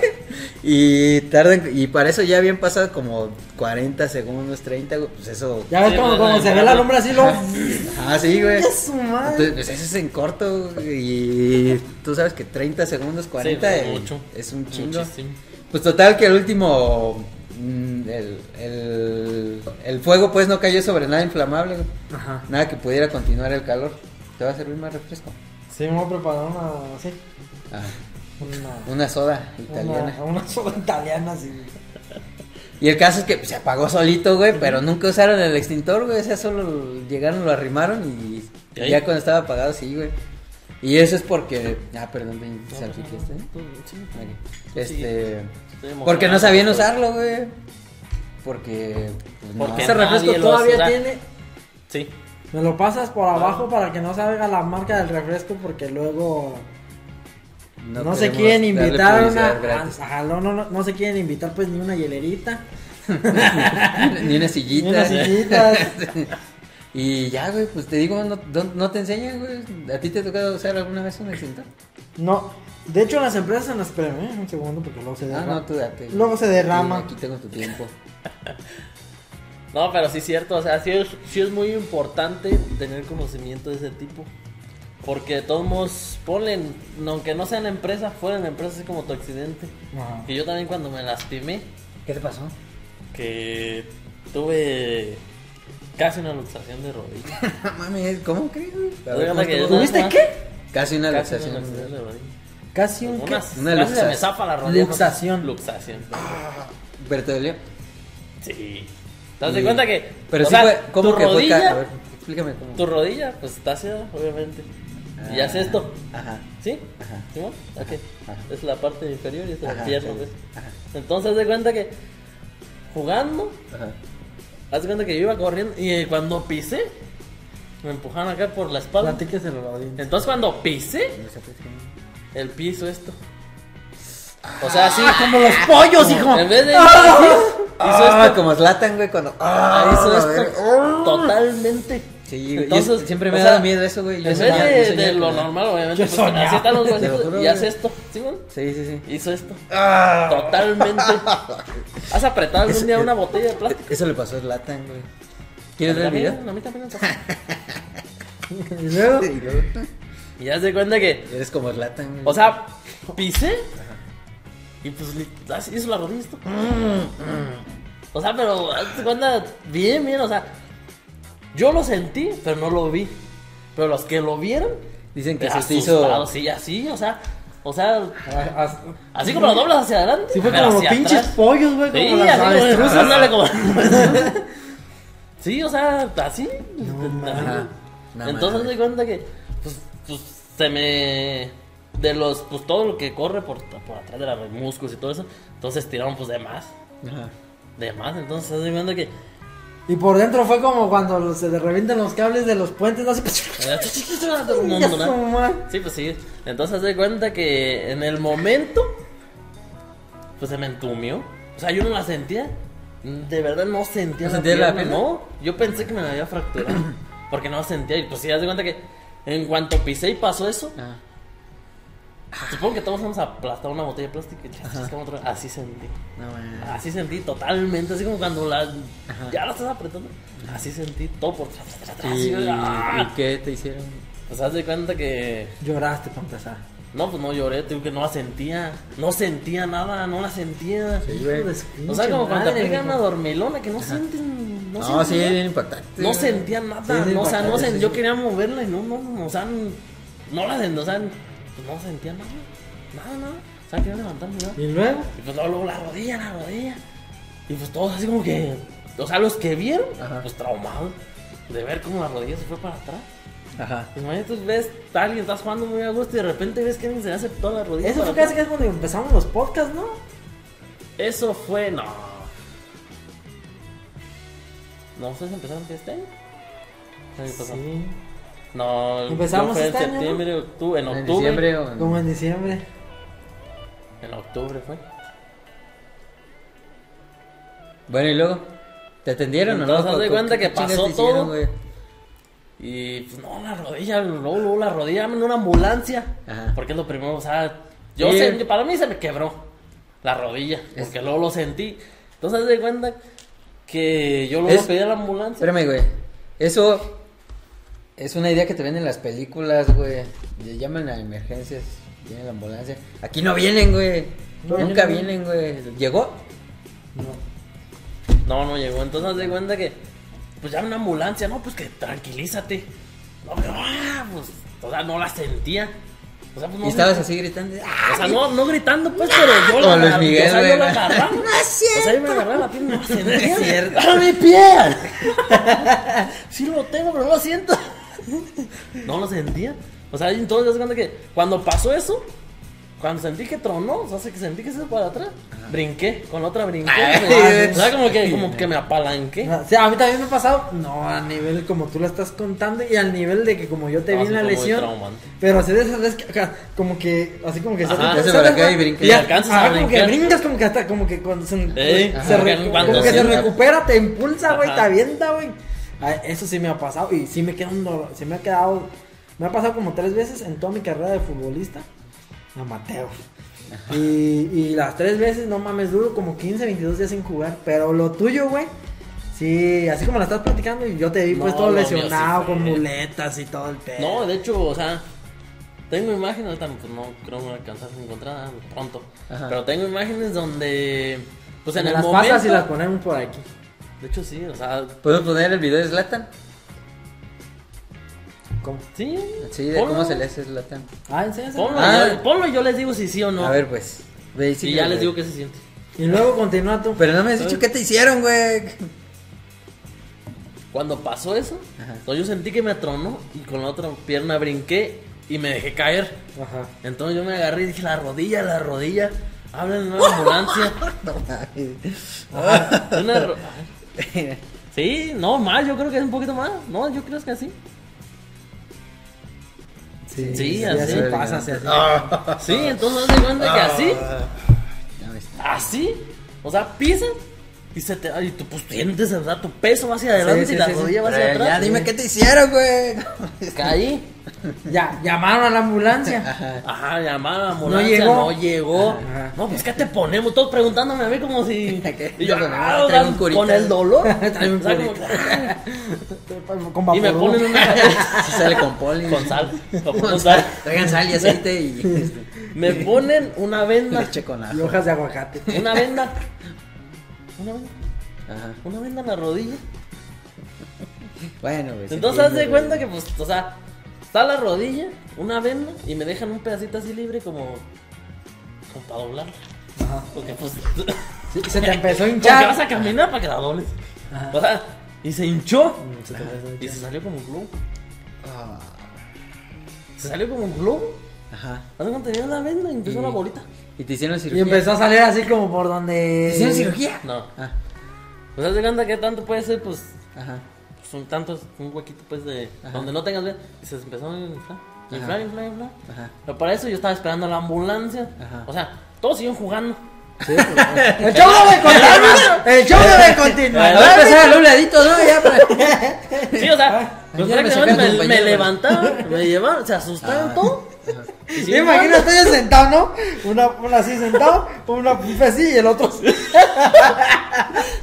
Y tardan, y para eso ya habían pasado como 40 segundos, 30, güey. Pues eso. Ya ves Sí, cómo güey, cuando la- se la- ve la lumbre así, lo. Ah, sí, güey. Es su madre. Entonces, pues eso es en corto güey, y tú sabes que 30 segundos, 40 Sí, eh, mucho. es un chingo. Muchísimo. Pues total que el último, mm, el, el, el fuego pues no cayó sobre nada inflamable, güey. Ajá. nada que pudiera continuar el calor. ¿Te va a servir más refresco? Sí, me voy a preparar una así. Ah, Una. una soda italiana. Una, una soda italiana, sí. Y el caso es que pues, se apagó solito, güey, pero nunca usaron el extintor, güey. O sea, solo llegaron, lo arrimaron y ¿Y ahí? ya cuando estaba apagado, sí, güey. Y eso es porque. Ah, perdón, me salpiquiste. ¿eh? ¿eh? Este. Porque no sabían usarlo, güey. Porque. pues, no. Porque Ese refresco nadie lo todavía hace, tiene Sí. Me lo pasas Ah. por abajo para que no salga la marca del refresco porque luego no, se queremos quieren darle invitar a una- publicidad Ah, gratis. ajá, no, no, no, no se quieren invitar pues ni una hielerita, Ni una ni sillita. unas sillitas. Y ya, güey, pues te digo, no, no, no te enseñan, güey. ¿A ti te ha tocado usar alguna vez un extintor? No, de hecho las empresas en las espérame, un segundo porque luego se Ah, derrama. no, tú date. güey. Luego se derrama. Sí, Aquí tengo tu tiempo. No, pero sí es cierto, o sea, sí es, sí es muy importante tener conocimiento de ese tipo. Porque de todos modos, ponen, aunque no sea en la empresa, fuera en la empresa, así como tu accidente. Ajá. Que yo también cuando me lastimé, ¿Qué te pasó? que tuve casi una luxación de rodilla. No mames, ¿cómo crees, güey? A Doy ver, cuenta ¿cómo que yo estuvo? nada ¿Tuviste más- ah. qué? Casi una Casi una luxación. luxación de rodilla. Casi un Una, Una casi se me luxación. zapa la rodilla. Luxación. Luxación. Pero te dolió. Sí. ¿Te das de Y- cuenta que? Pero o sí sea, fue. ¿Cómo tu que fue? ca- rodilla, A ver, explícame cómo. Tu rodilla, pues está ciega, obviamente. Y Ah, hace esto. Ajá. ¿Sí? Ajá. ¿Simón? Ok. Ajá. Es la parte inferior y es la Ajá, pierna, sí. pues. Ajá. Entonces, haz de cuenta que jugando, Ajá. haz de cuenta que yo iba corriendo y eh, cuando pisé, me empujaron acá por la espalda. Platíqueselo a la audiencia. Entonces, cuando pisé, el piso esto. O Ah, sea, así como los pollos, hijo. En vez de ir así, hizo Ah, esto. como Zlatan, güey, cuando. Ah, Ah, hizo a esto ver. totalmente. Sí, güey. Entonces, siempre me ha o sea, dado miedo eso, güey. Yo en vez soñaba- yo de, soñaba de con lo la- normal, obviamente, Yo pues, soñaba. así están los Te lo huesitos juro, y güey. hace esto, ¿sí, güey? Sí, sí, sí. Hizo esto. Ah. Totalmente. ¿Has apretado algún Eso- día una botella de plástico? Eso le pasó a Zlatan, güey. ¿Quieres ver el También, video? A mí también me pasó. Y luego, Sí, luego. Y haz de cuenta que, Eres como Zlatan, güey. o sea, pisé y pues li- así hizo la rodilla esto. O sea, pero haz de cuenta bien, bien, o sea, yo lo sentí, pero no lo vi. Pero los que lo vieron, Dicen que se te hizo. asustados, sí, así, o sea, o sea, a- a- así como lo doblas hacia adelante. ah, Sí, fue pero como los hacia pinches atrás. pollos, güey. Sí, Como las así como- avestruces. ándale, como- Sí, o sea, así. Así. Ajá. No Entonces me mames. di cuenta que pues, pues, se me de los pues todo lo que corre por, por atrás de la- los músculos y todo eso, entonces tiraron pues de más, Ajá. de más, entonces me di cuenta que Y por dentro fue como cuando se le revientan los cables de los puentes. ¿no? Así, un Ya su montón, ¿no? madre. Sí, pues sí. Entonces me di cuenta que en el momento pues se me entumió. O sea, yo no la sentía. De verdad no sentía ¿No sentías la pierna? No, yo pensé que me la había fracturado. Porque no la sentía. Y pues sí, haz de cuenta que en cuanto pisé y pasó eso, Ajá. Supongo que todos vamos a aplastar una botella de plástico y chas, chas, como otra vez. así sentí. No mames. Así sentí totalmente, así como cuando la, ya la estás apretando. Así sentí todo por atrás, atrás, atrás, ¿Y, así, y ¡ah! qué te hicieron? Pues haz de cuenta que. Lloraste para empezar. No, pues no lloré, te digo que no la sentía. No sentía nada, no la sentía. O sea, como cuando te aplican una dormilona que no sienten. No, No, sienten sí, nada. bien impactante. No güey. sentía nada, Sí, sí, no, o sea, no sí, sen- sí, yo sí. quería moverla y no, no, no, o sea, n- no la sentía, o sea, n- pues no sentía nada, nada, nada, o sea, quería levantarme, nada. Y luego, Y pues luego, luego la rodilla, la rodilla, y pues todos así como que, o sea, los que vieron, Ajá. pues traumados de ver cómo la rodilla se fue para atrás. Pues, Ajá. Imagínate, tú ves a alguien, estás jugando muy a gusto y de repente ves que alguien se le hace toda la rodilla. eso para fue casi que atrás. es cuando empezamos los podcasts, ¿no? Eso fue, no. No, ustedes empezaron que este año. El año pasado. Sí. No, el- Empezamos yo fue este en año, ¿no? septiembre, octubre, en En octubre. diciembre o en- Como en diciembre. En octubre fue. Bueno, y luego. ¿Te atendieron o no? Entonces, haz de ¿Con- cuenta qué que chingas pasó te hicieron, todo. güey? Y pues no, la rodilla, luego, luego la rodilla, en una ambulancia. Ajá. Porque es lo primero, o sea, yo Sí. sé- para mí se me quebró la rodilla, porque luego lo sentí. Entonces haz de cuenta que yo luego Es- pedí a la ambulancia. Espérame, güey. Eso es una idea que te venden en las películas, güey. Le llaman a emergencias, viene la ambulancia. Aquí no vienen, güey. No, Nunca no, no. vienen, güey. ¿Llegó? No. No, no llegó. Entonces haz de cuenta que, pues ya una ambulancia, no, pues que tranquilízate. No, pero, ah, pues, o sea, no la sentía. O sea, pues no sentía- y estabas así gritando. ¡Ah! O sea, no, no gritando, pues, pero yo Como Luis agar- Miguel, o sea, yo güey. la agarraba. No es O sea, yo me agarraba la pierna y no la sentía. Es cierto. mi pie! sí lo tengo, pero no lo siento. no lo sentía. O sea, entonces, haz de cuenta que cuando pasó eso, Cuando sentí que tronó, o sea, que sentí que se fue para atrás, brinqué, con la otra brinqué. Ay, me- es- o sea, como que, como que me apalanqué. O sea, Ah, a mí también me ha pasado, no a nivel como tú lo estás contando y al nivel de que como yo te No, vi Ah, sí en la fue muy lesión, traumante. pero así de esas veces que acá, como que, así como que Ajá. estás- Te hace estás- para acá y brinca. Y alcanzas a ajá, como que brincar. brincas, como que hasta, como que cuando se, Ey, se ajá, recu- porque cuando como que se sientas- recupera, te impulsa, güey, te Ajá. avienta, güey. Ay, Eso sí me ha pasado y sí me queda un dolor, sí me ha quedado, me ha pasado como tres veces en toda mi carrera de futbolista amateur. Y, y las tres veces, no mames, duro como 15, 22 días sin jugar. Pero lo tuyo, güey, sí, así como la estás platicando, y yo te vi pues No, todo lo mío sí lesionado, fue- con muletas y todo el pedo. No, de hecho, o sea, tengo imágenes, ahorita pues, no creo que me alcanzaste a encontrar nada, pronto. Ajá. Pero tengo imágenes donde, pues en Me el las momento. pasas y las ponemos por aquí. De hecho, sí, o sea, ¿Puedo poner el video de Slatan? ¿Cómo? sí. Sí, de ponlo. cómo se le hace Slatan. Ah, enséñaselo. Ponlo, Ah. y yo- ponlo y yo les digo si sí o no. A ver, pues. Ve, sí, y ya ve, les ve. digo qué se siente. Y luego continúa tú. Pero no me has dicho qué te hicieron, güey. Cuando pasó eso, Ajá. entonces yo sentí que me tronó y con la otra pierna brinqué y me dejé caer. Ajá. Entonces yo me agarré y dije, la rodilla, la rodilla. Hablen de una ambulancia. No mames. Ajá, una ro- Sí, no, más, yo creo que es un poquito más. No, yo creo que así. Sí, sí, así, así. Ah. pasa. así. Sí, entonces haz de cuenta Ah. que así, Ya ves. así. O sea, pisas y se te y tú pues sientes, o sea, tu peso va hacia adelante sí, y la sí, Eh, sí. rodilla va hacia Pero atrás. Ya dime qué te hicieron, güey. Caí. Ya, llamaron a la ambulancia. Ajá, llamaron a la ambulancia, llegó. no llegó. Ajá. No, pues ¿qué te ponemos? Todos preguntándome a mí como si. ¿Qué? Y yo, Yo con- ah, traigo con- un curita. con el dolor. Traigo un O sea, como- Con y me vaporub. ponen una. Si sale con poli. con sal. con- Con con sal. sal. Traigan sal y aceite y este, Me ponen una venda. leche con Y ajo. hojas de aguacate. Una venda. Una venda. Ajá. Una venda en la rodilla. Bueno, güey. se Entonces haz de entiende, cuenta que pues, o sea, está la rodilla, una venda, y me dejan un pedacito así libre como. como para doblarla. Ajá. Porque pues. Sí, se te empezó a Porque vas hinchar. a caminar para que la dobles. Ajá. Mm, O sea, y se hinchó. Se te empezó a Y se hinchar. salió como un globo. güey. Ah, Se salió como un globo. Ajá. Haz cuando tenía la venda y empezó Y- una bolita. Y te hicieron Y cirugía. empezó a salir así como por ¿Te donde. hicieron cirugía? No. Ah, Pues haz de cuenta que tanto puede ser, pues. ajá. pues, un tanto, un huequito, pues, de. Ajá. Donde no tengas venda. Y se empezó a inflar. Inflar, inflar, inflar. Ajá. Pero para eso yo estaba esperando a la ambulancia. Ajá. pues, O sea, todos siguen jugando. El show debe continuar. El show debe Va continuar. a empezar a un ladito, ¿no? Ya para... Sí, o sea, pues, Ah, ya me prácticamente sacaron me, un Ah. me pañuelo. levantaban, me llevaron, se asustaron todo. Y Yo siguen imagino jugando. estoy sentado, ¿no? Una, una así sentado, una un así y el otro así.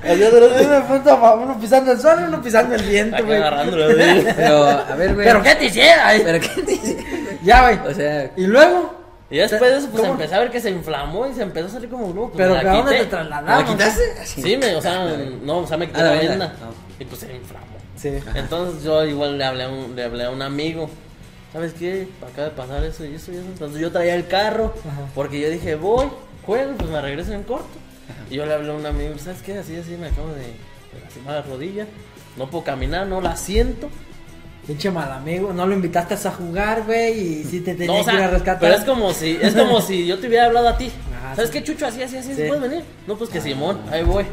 Uno, punto pa- uno pisando el suelo, uno pisando el viento, Acá güey. agarrándolo, güey. Pero, a ver, güey. Pero qué te hiciera, eh? ¿Pero qué te hicieron? Ya, güey. O sea, Y luego, Y después de eso, pues ¿Cómo? empecé a ver que se inflamó y se empezó a salir como globo. Pues, pero me ¿a la dónde quité. te ¿me la trasladamos? quitaste? Así. Sí, me, o sea, no, o sea, me quité Ah, la la venda. venda. Ah. Y pues se inflamó. Sí. Entonces yo igual le hablé a un, le hablé a un amigo. ¿Sabes qué? Acaba de pasar eso y eso y eso. Entonces yo traía el carro Ajá. porque yo dije, voy, juego, pues me regreso en corto. Y yo le hablé a un amigo, ¿sabes qué? Así, así me acabo de, de lastimar la rodilla. No puedo caminar, no la siento. Pinche mal amigo, no lo invitaste a jugar, güey, y sí te No, tenías o que ir a sea, rescatar. pero es como si, es como si yo te hubiera hablado a ti. Ajá, ¿Sabes sí. qué, Chucho? Así, así, así, Sí. Ah, ¿puedes venir? No, pues que Simón, ahí voy.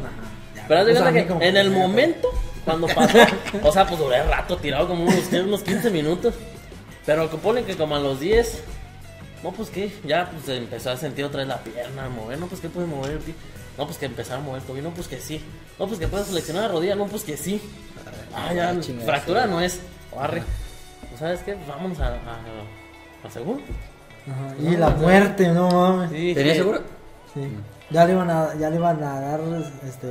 Ya, Pero haz de pues, a cuenta mí que como en que el me- momento, cuando pasó, o sea, pues duré rato tirado como unos, ¿qué? unos 15 minutos. Pero que ponen que como a los 10, no, pues que ya pues, se empezó a sentir otra vez la pierna, a mover, no, pues que puedes mover, el pie. no, pues que empezar a mover el tobillo, no, pues que sí, no, pues que puedes flexionar la rodilla, no, pues que sí. Ah, ya, Ah, chingada, fractura sí. no es, barre. Pues, ¿Sabes qué? Pues, Vamos a, a, a seguro. Ajá, Y la muerte, no mames. Sí, dije, ¿Tenías seguro? Sí. Ya le iban a, ya le iban a dar este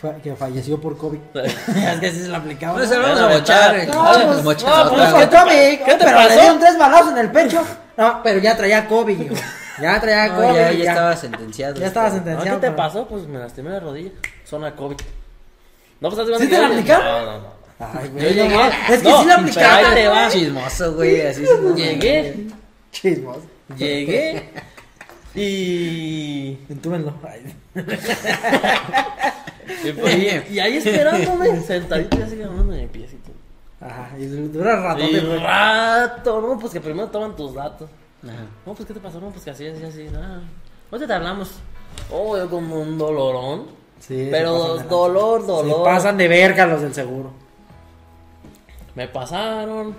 fue- que falleció por COVID. es que así se la aplicaba. No se ¿no? vamos Bueno, a mochar. mochar. eh. No, Mochar, pues, mochar, no, otra, pues, güey. por COVID, ¿Qué te pero pasó? le dieron tres balazos en el pecho. No, pero ya traía COVID, hijo. Ya traía No, COVID. ya, ya estaba sentenciado. Este, ya estaba Ah, sentenciado. ¿Qué te pero- pasó? Pues me lastimé la rodilla. Zona COVID. No, pues ¿Sí te la aplicaron? No, no, no. Ay, Yo güey. llegué. Es que No, sí la pero aplicaba. ahí te va. Chismoso, güey. Así se- Llegué, Chismos. llegué. Y. Entúbenlo. Ay. Y, pues, y- y ahí esperándome, sentadito y así agarrándome de mi piecito. Ajá, y dura rato. Y rato, no, pues que primero toman tus datos. Ajá. No, pues, ¿qué te pasó? No, pues que así, así, así. No, ahorita te hablamos. Oh, yo como un dolorón. Sí, se pasan Pero de lanza. dolor, Se dolor. pasan de verga los del seguro. Me pasaron.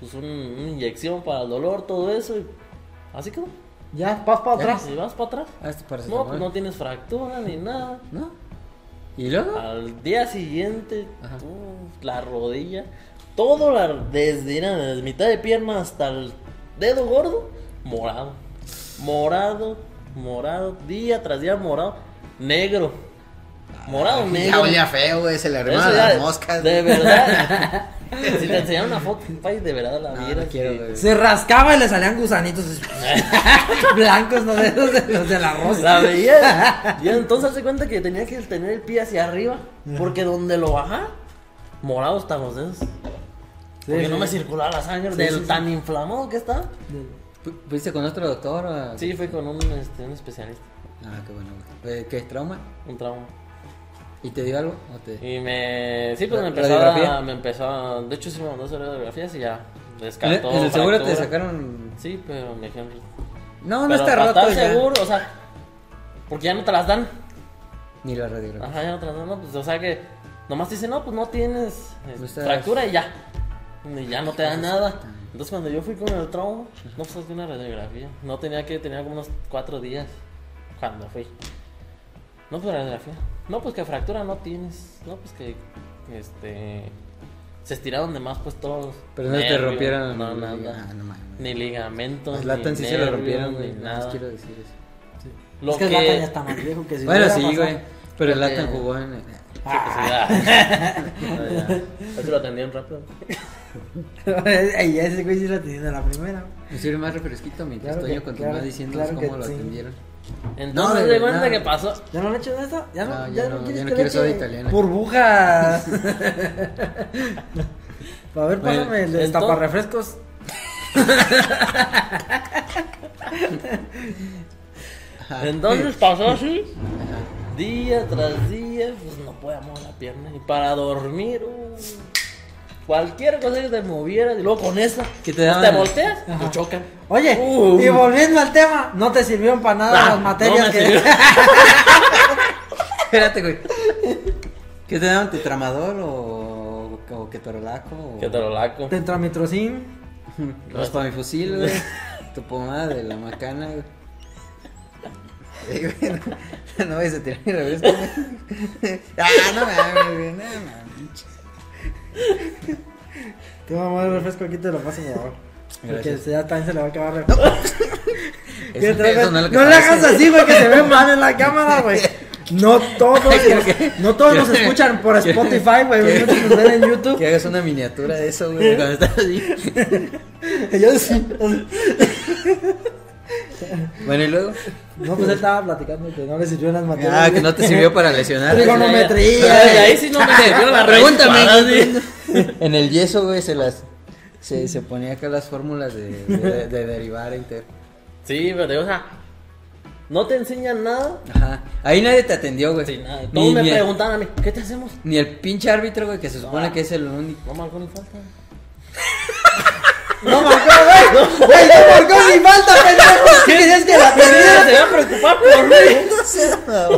Pues un- una inyección para el dolor, todo eso. Y así quedó. Ya, vas para atrás. Si vas para atrás. Hasta para No, pues no tienes fractura ni nada. ¿No? ¿Y luego? Al día siguiente, Ajá. uf, la rodilla, todo la, desde, mira, desde mitad de pierna hasta el dedo gordo, morado. Morado, morado, día tras día morado, negro. Morado, Ya negro. olía feo, güey, se le Eso arrimaban ya, las moscas. De güey. verdad. si te enseñara una foto, pay, de verdad la Ah, No, vieras. no quiero, sí. güey. Se rascaba y le salían gusanitos blancos, no de los de, los de la rosa. La veía. Y entonces se cuenta que tenía que tener el pie hacia arriba. Porque donde lo bajaba, morado están los dedos. porque sí. no me circulaba la sangre Sí, del sí, sí. tan inflamado que está. Fu- ¿Fuiste con otro doctor? o- Sí, fui con un, este, un especialista, Ah, qué bueno, güey. Eh, ¿Qué trauma? un trauma. ¿Y te dio algo? ¿O te... Y me. Sí, pues me ¿La- empezó radiografía? a. Me empezó a- De hecho, sí me mandó a hacer radiografías y ya. Descartó. en el seguro te fractura. sacaron. Ah, Sí, pero me dijeron. No, no pero está para roto. estar ya. seguro, o sea. Porque ya no te las dan. Ni la radiografía. Ajá, ya no te las dan, no, pues, o sea que nomás te dicen, no, pues no tienes eh, No estás- fractura y ya. Y ya no te dan nada. Entonces cuando yo fui con el trauma, no pues hacía una radiografía. No tenía que, tenía como unos cuatro días cuando fui. No, pues radiografía. No, pues que fractura no tienes. No, pues que, este, se estiraron de más pues todos. Pero no te Nervios, rompieron. No, la- nada. Ah, no mames. Ni ligamentos, ni Pues Latan sí se lo nervios, rompieron, ni güey. Nada más nada. quiero decir eso. Lo es que, el Lata ya está más viejo que si Bueno, hubiera sí, pasado. Ah, güey. Pero Creo Latan que- jugó en. Sí, pues, ya. Eso lo atendieron rápido. Ey, ese güey sí la tenía de la primera. Me sirve más refresquito mientras Claro Toño que- continúa claro- diciendo claro cómo que lo sí. atendieron. Entonces, No, de no, cuenta no. que pasó. ¿Ya no han hecho esto? ¿Ya no, No, ya ya no, no, ya quieres no que le quiero soda eche italiana. Burbujas. A ver, Bueno, pásame el entonces- taparrefrescos. Entonces pasó así. Día tras día, pues no podía mover la pierna. Y para dormir, uh, cualquier cosa que te movieras, y luego con esa, Que te pues, daban- te volteas, Ajá. te chocan. Oye, Uh. y volviendo al tema, no te sirvieron para nada Ah, las materias no me que. sirvió. Espérate, güey. ¿Qué te daban? ¿Tetramador o, o ketorolaco? O... Que te lo laco. Tetramitrocin. Raspa mi fusil, güey. tu pomada de la macana, güey. Eh, güey, no, no vayas a tirar mi refresco, güey. ah, no mames, güey. No mames. Te voy a mover el refresco aquí, te lo paso por favor. Porque Gracias. se- ya también se le va a acabar el refresco. Que Eso- te- eso no es lo que le parece. hagas así, güey, que se ve mal en la cámara, güey. No todos, no todos nos escuchan por Spotify, güey. Muchos nos ven en YouTube. Que hagas una miniatura de eso, güey. Cuando estás así. Yo sí. Bueno, y luego. No, pues él estaba platicando que no le sirvió en las materias. Ah, que no te sirvió para lesionar. Trigonometría. Ay, ahí sí no me sirvió la raíz para Pregúntame. nada, sí. En el yeso, güey, se las. Se, se ponía acá las fórmulas de, de, de derivar inter. Sí, pero te digo, o sea, no te enseñan nada. Ajá. Ahí nadie te atendió, güey. Sí, nada. Ni- Todos me ni el- preguntaban a mí, ¿qué te hacemos? Ni el pinche árbitro, güey, que se supone No. que es el único. No marcó ni falta. No marcó, güey. Güey, no marcó ni falta, pendejo. ¿Qué dices que la Se va tenía? a preocupar por mí.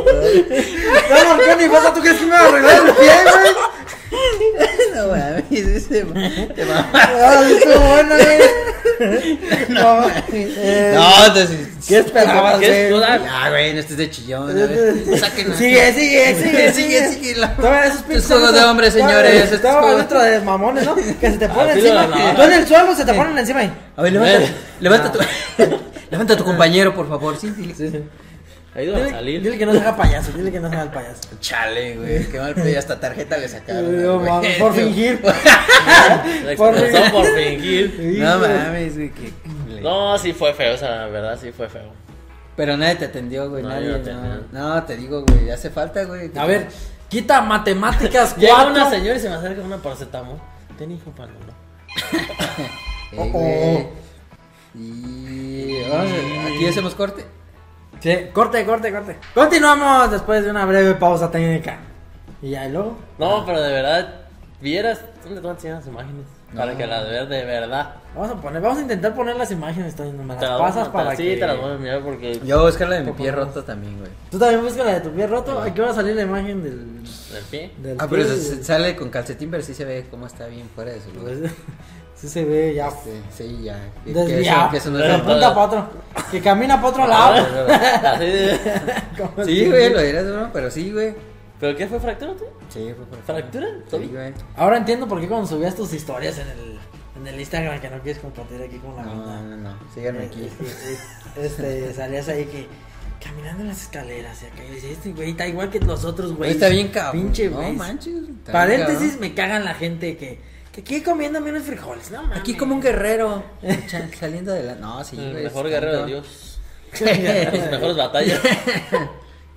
No marcó ni falta. ¿Tú crees que me va a arreglar el pie, güey? No mames, ese te mama. Ay, estuvo bueno, güey. No, eh, No, entonces. ¿Qué esperabas, ¿Qué es? güey? Yo, ah, Ya, güey, no estés de chillón. a ver. Sáquenla. Sigue, sigue, sigue, Sigue, sigue, sigue, la- Todavía esos pinches juegos de hombres, señores, estos Estaba juegos. dentro de mamones, ¿no? Que se te ponen sí, encima. no, no. Tú en el suelo se te ponen encima. y- A ver, levanta, levanta tu. levanta a tu compañero, por favor. Sí, dile. Ahí iba a Dile, salir. dile que no se haga payaso, dile que no se haga el payaso. Chale, güey, qué mal pedo, hasta tarjeta le sacaron. No güey. mames, por fingir. La Por expulsó fin. por fingir. No mames, güey, que... No, sí fue feo, o sea, la verdad sí fue feo. Pero nadie te atendió, güey, No, yo nadie, no te no. atendí. No, te digo, güey, hace falta, güey. A ver, quita matemáticas Llega una 4. señora y se me acerca con una paracetamol. Ten hijo para Eh, Oh, güey. oh. Y... Vamos, a- aquí hacemos corte. Sí, corte, corte, corte. Continuamos después de una breve pausa técnica. Y ya y luego. Ah. No, pero de verdad, vieras, ¿dónde te van a enseñar las imágenes? Para No. que las veas de verdad. Vamos a poner, vamos a intentar poner las imágenes, Tony, me las Te las voy a pasas mandar, para sí, que... te las voy a enviar porque. Yo voy a buscar la de mi Por pie favor. roto también, güey. Tú también buscas la de tu pie roto, aquí va a salir la imagen del... ¿En fin? del Ah, pero pie se- y se del- sale con calcetín, pero sí se ve cómo está bien fuera de su lugar. Pues, sí se ve ya Sí, sí, ya. Que- que desviado, eso- que eso no de es Pero pues, ropa. punta para otro, que camina para otro lado. Ah, Así de- Como Sí, si- güey, lo dirás, ¿no? Pero sí, güey. ¿Pero qué fue fractura, tío? Sí, fue por ¿Fractura? Sí, güey. Ahora entiendo por qué cuando subías tus historias en el, en el Instagram que no quieres compartir aquí con la No, banda. no, no. Síganme aquí. Este, salías ahí que caminando en las escaleras y acá y dices, este güey está igual que los otros güey. Güey, está bien cabrón. Pinche No güey. manches. está bien Paréntesis, cabrón. me cagan la gente que, que aquí comiéndome unos frijoles, no mames. Aquí como un guerrero. cha- Saliendo de la. No, sí, El güey. mejor está guerrero de cabrón. Dios. Las mejores batallas.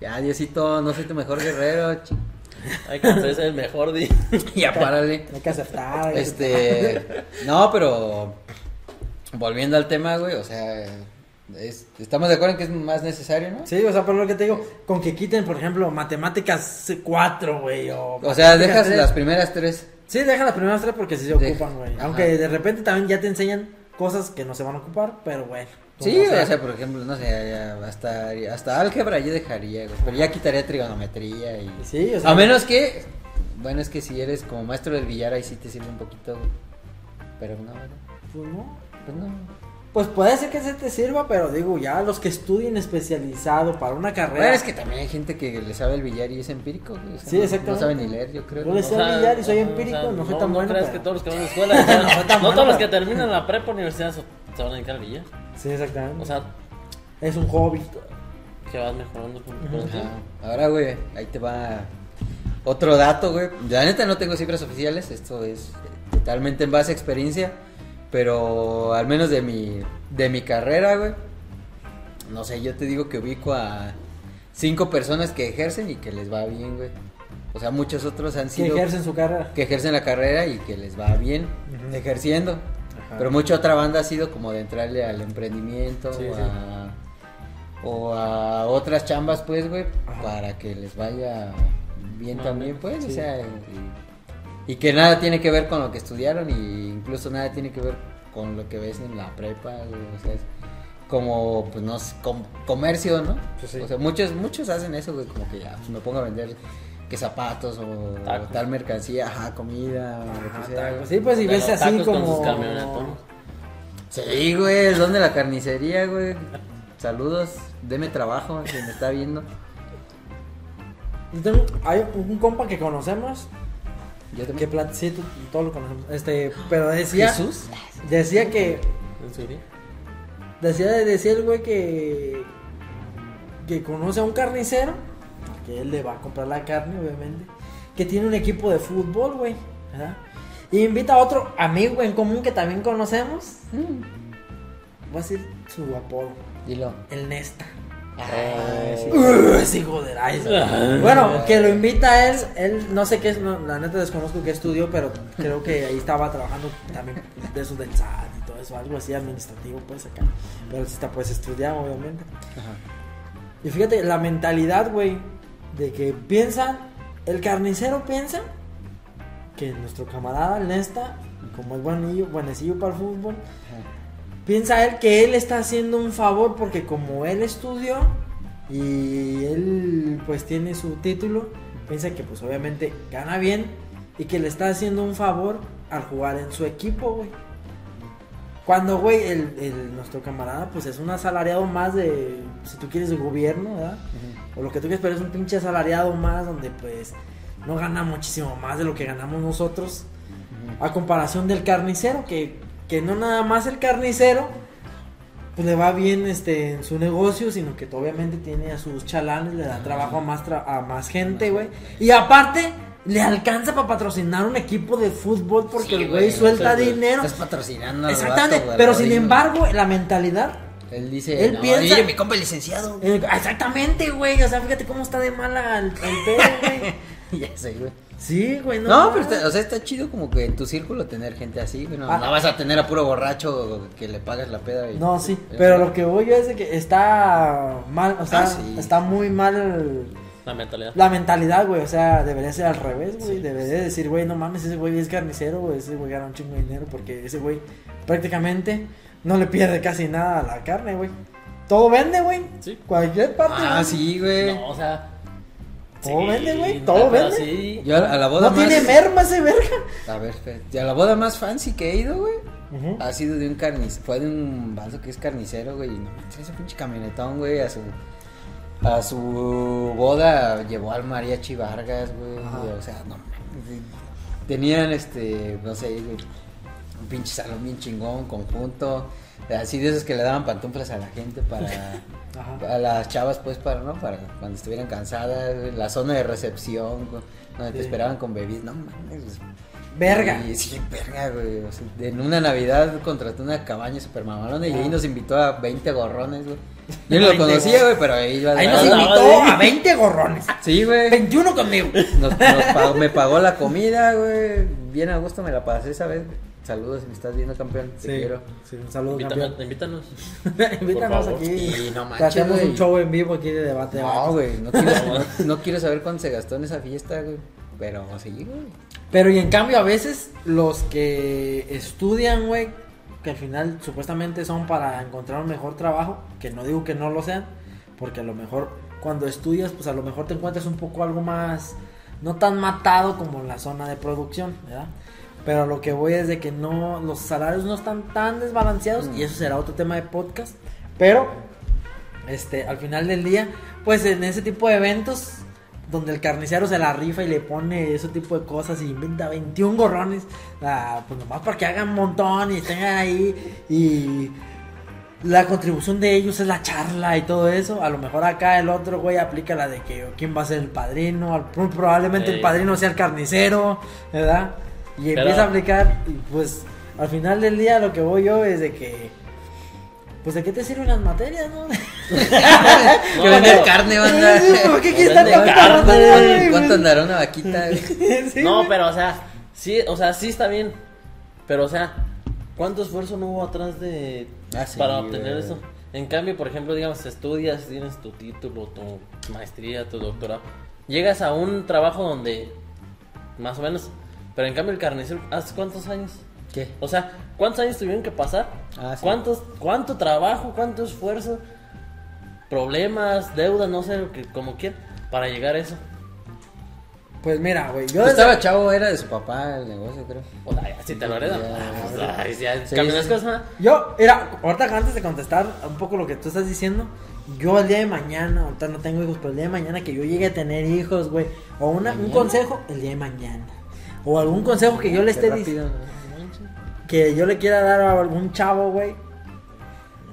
Ya, Diosito, no soy tu mejor guerrero. chi- Hay que ser el mejor día. Ya, párale. Hay que aceptar. hay que Este. No, pero. Volviendo al tema, güey. O sea. es- estamos de acuerdo en que es más necesario, ¿no? Sí, o sea, pero lo que te digo, con que quiten, por ejemplo, matemáticas 4, güey, o... O sea, matemáticas dejas tres. las primeras tres. Sí, deja las primeras tres porque sí se Deja- ocupan, güey. Ajá. Aunque de repente también ya te enseñan cosas que no se van a ocupar, pero bueno. como Sí, sea. o sea, por ejemplo, no sé, ya hasta, hasta álgebra yo dejaría, güey, pero ya quitaría trigonometría y... Sí, o sea- A menos que, bueno, es que si eres como maestro del billar, ahí sí te sirve un poquito, güey, pero no, ¿verdad? Pues, no. pues no. Pues puede ser que se te sirva, pero digo, ya los que estudien especializado para una carrera... Bueno, es que también hay gente que le sabe el billar y es empírico, güey, o sea, Sí, no- No exactamente. sabe ni leer, yo creo. Yo le Pues, ¿no? sé brillar y soy empírico, no soy tan no bueno, creas pero- que todos los que van a la escuela, no, soy tan no bueno, todos los pero- que terminan la prepa universidad so- se van a dedicar al billar. Sí, exactamente. O sea, es un hobby. que vas mejorando con, con el tiempo. Ajá. Ahora, güey, ahí te va otro dato, güey. La neta no tengo cifras oficiales, esto es totalmente en base a experiencia, pero al menos de mi, de mi carrera, güey. No sé, yo te digo que ubico a cinco personas que ejercen y que les va bien, güey. O sea, muchos otros han Que sido ejercen su carrera. que ejercen la carrera y que les va bien Ujú. ejerciendo. Ajá. Pero mucha otra banda ha sido como de entrarle al emprendimiento Sí, o, sí. A, o a otras chambas, pues, güey, Ajá. para que les vaya bien Más o también, menos, pues. O sí. sea, y, y que nada tiene que ver con lo que estudiaron y incluso nada tiene que ver con lo que ves en la prepa, güey, o sea, es como, pues, no sé, com- comercio, ¿no? Pues sí. O sea, muchos, muchos hacen eso, güey, como que ya, pues, me pongo a vender que zapatos o Tacos. tal mercancía, ajá, comida, o lo que Ajá, sea. tacos. güey. Sí, pues si De ves los así tacos con sus como... camionetones. Sí, güey, el don de la carnicería, güey. Saludos, deme trabajo, si me está viendo. Yo tengo- hay un compa que conocemos Yo Que también. plat- sí, tú- todo lo conocemos. Este, pero decía. Decía que. ¿En serio? Decía, decía el güey que. Que conoce a un carnicero. Que él le va a comprar la carne, obviamente. Que tiene un equipo de fútbol, güey. ¿verdad? Y invita a otro amigo en común que también conocemos. Voy a decir su apodo: Dilo. El Nesta. Ay, sí. Uh, ese hijo de la isla. Bueno, que lo invita a él, él no sé qué es, no, la neta desconozco qué estudió, pero creo que ahí estaba trabajando también de eso del SAT y todo eso, algo así administrativo pues acá. Pero él sí está pues estudiando obviamente. Ajá. Y fíjate, la mentalidad, güey, de que piensan, el carnicero piensa que nuestro camarada el Nesta, como es buenillo, buenecillo para el fútbol, Piensa él que él está haciendo un favor porque como él estudió y él pues tiene su título, piensa que pues obviamente gana bien y que le está haciendo un favor al jugar en su equipo, güey. Cuando, güey, el, el- nuestro camarada pues es un asalariado más de, si tú quieres, de gobierno, ¿verdad? O lo que tú quieres, pero es un pinche asalariado más donde pues no gana muchísimo más de lo que ganamos nosotros. A comparación del carnicero, que, que no nada más el carnicero pues, le va bien este, en su negocio, sino que obviamente tiene a sus chalanes, le da trabajo a más, tra- a más gente, güey. Y aparte, le alcanza para patrocinar un equipo de fútbol porque Sí, el güey, güey suelta o sea, güey, dinero. Estás patrocinando. al Exactamente, vato, güey, al pero sin algoritmo. embargo, la mentalidad Él dice. él piensa- Mire, mi compa el licenciado. eh, Exactamente, güey. O sea, fíjate cómo está de mala el, el pedo, güey. ya sé, güey. Sí, güey, no. No, mames. pero está, o sea, está chido como que en tu círculo tener gente así, güey. No, Ah. no vas a tener a puro borracho que le pagas la peda. y- No, sí. Pero lo que voy yo es de que está mal, o sea, Ah, sí. está muy mal La mentalidad. La mentalidad, güey, o sea, debería ser al revés, güey. debería decir, güey, no mames, ese güey es carnicero, güey, ese güey gana un chingo de dinero porque ese güey prácticamente no le pierde casi nada a la carne, güey. Todo vende, güey. Sí. Cualquier parte. Ah, güey. sí, güey. No, o sea. Todo vende, güey, no, todo pero vende. Sí. Yo a la No boda más. tiene merma ese verga. A ver, espérate. A la boda más fancy que he ido, güey. Ha sido de un carnicero. Fue de un vaso que es carnicero, güey. Y no manches, ese pinche camionetón, güey. A su. A su boda llevó al mariachi Vargas, güey. Ajá. O sea, no mames. Tenían este. No sé, güey. Un pinche salón bien chingón, conjunto. Así de esos que le daban pantuflas a la gente para. Ajá. A las chavas, pues, para, ¿no? Para cuando estuvieran cansadas, güey, la zona de recepción, güey, donde te Sí. esperaban con bebés, no mames. Verga. Y sí, verga, güey. o sea, en una Navidad contrató una cabaña super mamalona y Ah. ahí nos invitó a 20 gorrones, güey. Yo no lo conocía, güey, pero ahí iba Ahí a nos Nos Ah, invitó güey. a 20 gorrones. Sí, güey. 21 conmigo. Nos- nos pagó- me pagó la comida, güey. Bien a gusto me la pasé esa vez. Saludos si me estás viendo, campeón. Te quiero. sí, un saludo, Invítanos, invítanos. campeón. Invítanos favor. aquí. Y no Te manches, hacemos güey. un show en vivo aquí de debate. No, güey. No quiero, no- no quiero saber cuánto se gastó en esa fiesta, güey. Pero sí, güey. Pero y en cambio a veces los que estudian, güey, que al final supuestamente son para encontrar un mejor trabajo, que no digo que no lo sean, porque a lo mejor cuando estudias, pues a lo mejor te encuentras un poco algo más, no tan matado como en la zona de producción, ¿verdad? Pero lo que voy es de que no, los salarios no están tan desbalanceados y eso será otro tema de podcast, pero este, al final del día, pues en ese tipo de eventos donde el carnicero se la rifa y le pone ese tipo de cosas y inventa 21 gorrones, ah, pues nomás para que hagan un montón y estén ahí y la contribución de ellos es la charla y todo eso. A lo mejor acá el otro güey aplica la de que quién va a ser el padrino, Al- muy probablemente el Ey. padrino sea el carnicero, ¿verdad? Y Pero- empieza a aplicar y pues al final del día lo que voy yo es de que pues de qué te sirven las materias, ¿no? No, Que vender pero- carne, banda. ¿Por qué aquí No está vende tanta carne, rata, güey? ¿Cuánto andará una vaquita? güey? Sí, No, güey. pero o sea, sí, o sea, sí está bien. Pero o sea, ¿cuánto esfuerzo no hubo atrás de Ah, sí, para obtener güey. eso? En cambio, por ejemplo, digamos, estudias, tienes tu título, tu maestría, tu doctorado. Llegas a un trabajo donde más o menos, pero en cambio el carnicero, ¿hace cuántos años? ¿Qué? O sea, ¿cuántos años tuvieron que pasar? Ah, sí. ¿Cuántos, ¿Cuánto trabajo, cuánto esfuerzo, problemas, deudas, no sé, que- como quieran, para llegar a eso? Pues mira, güey, yo Yo desde- estaba chavo, era de su papá el negocio, creo. O sea, ya, si Pues, te lo heredan. Ya, ah, pues, ya. ay, ya, Sí, cambió sí. las cosas. ¿no? Yo, mira, ahorita que antes de contestar un poco lo que tú estás diciendo, yo el día de mañana, ahorita no tengo hijos, pero el día de mañana que yo llegue a tener hijos, güey, o una, un ¿Mañana? consejo, el día de mañana, o algún consejo que yo le Qué esté rápido, diciendo, ¿no? que yo le quiera dar a algún chavo, güey,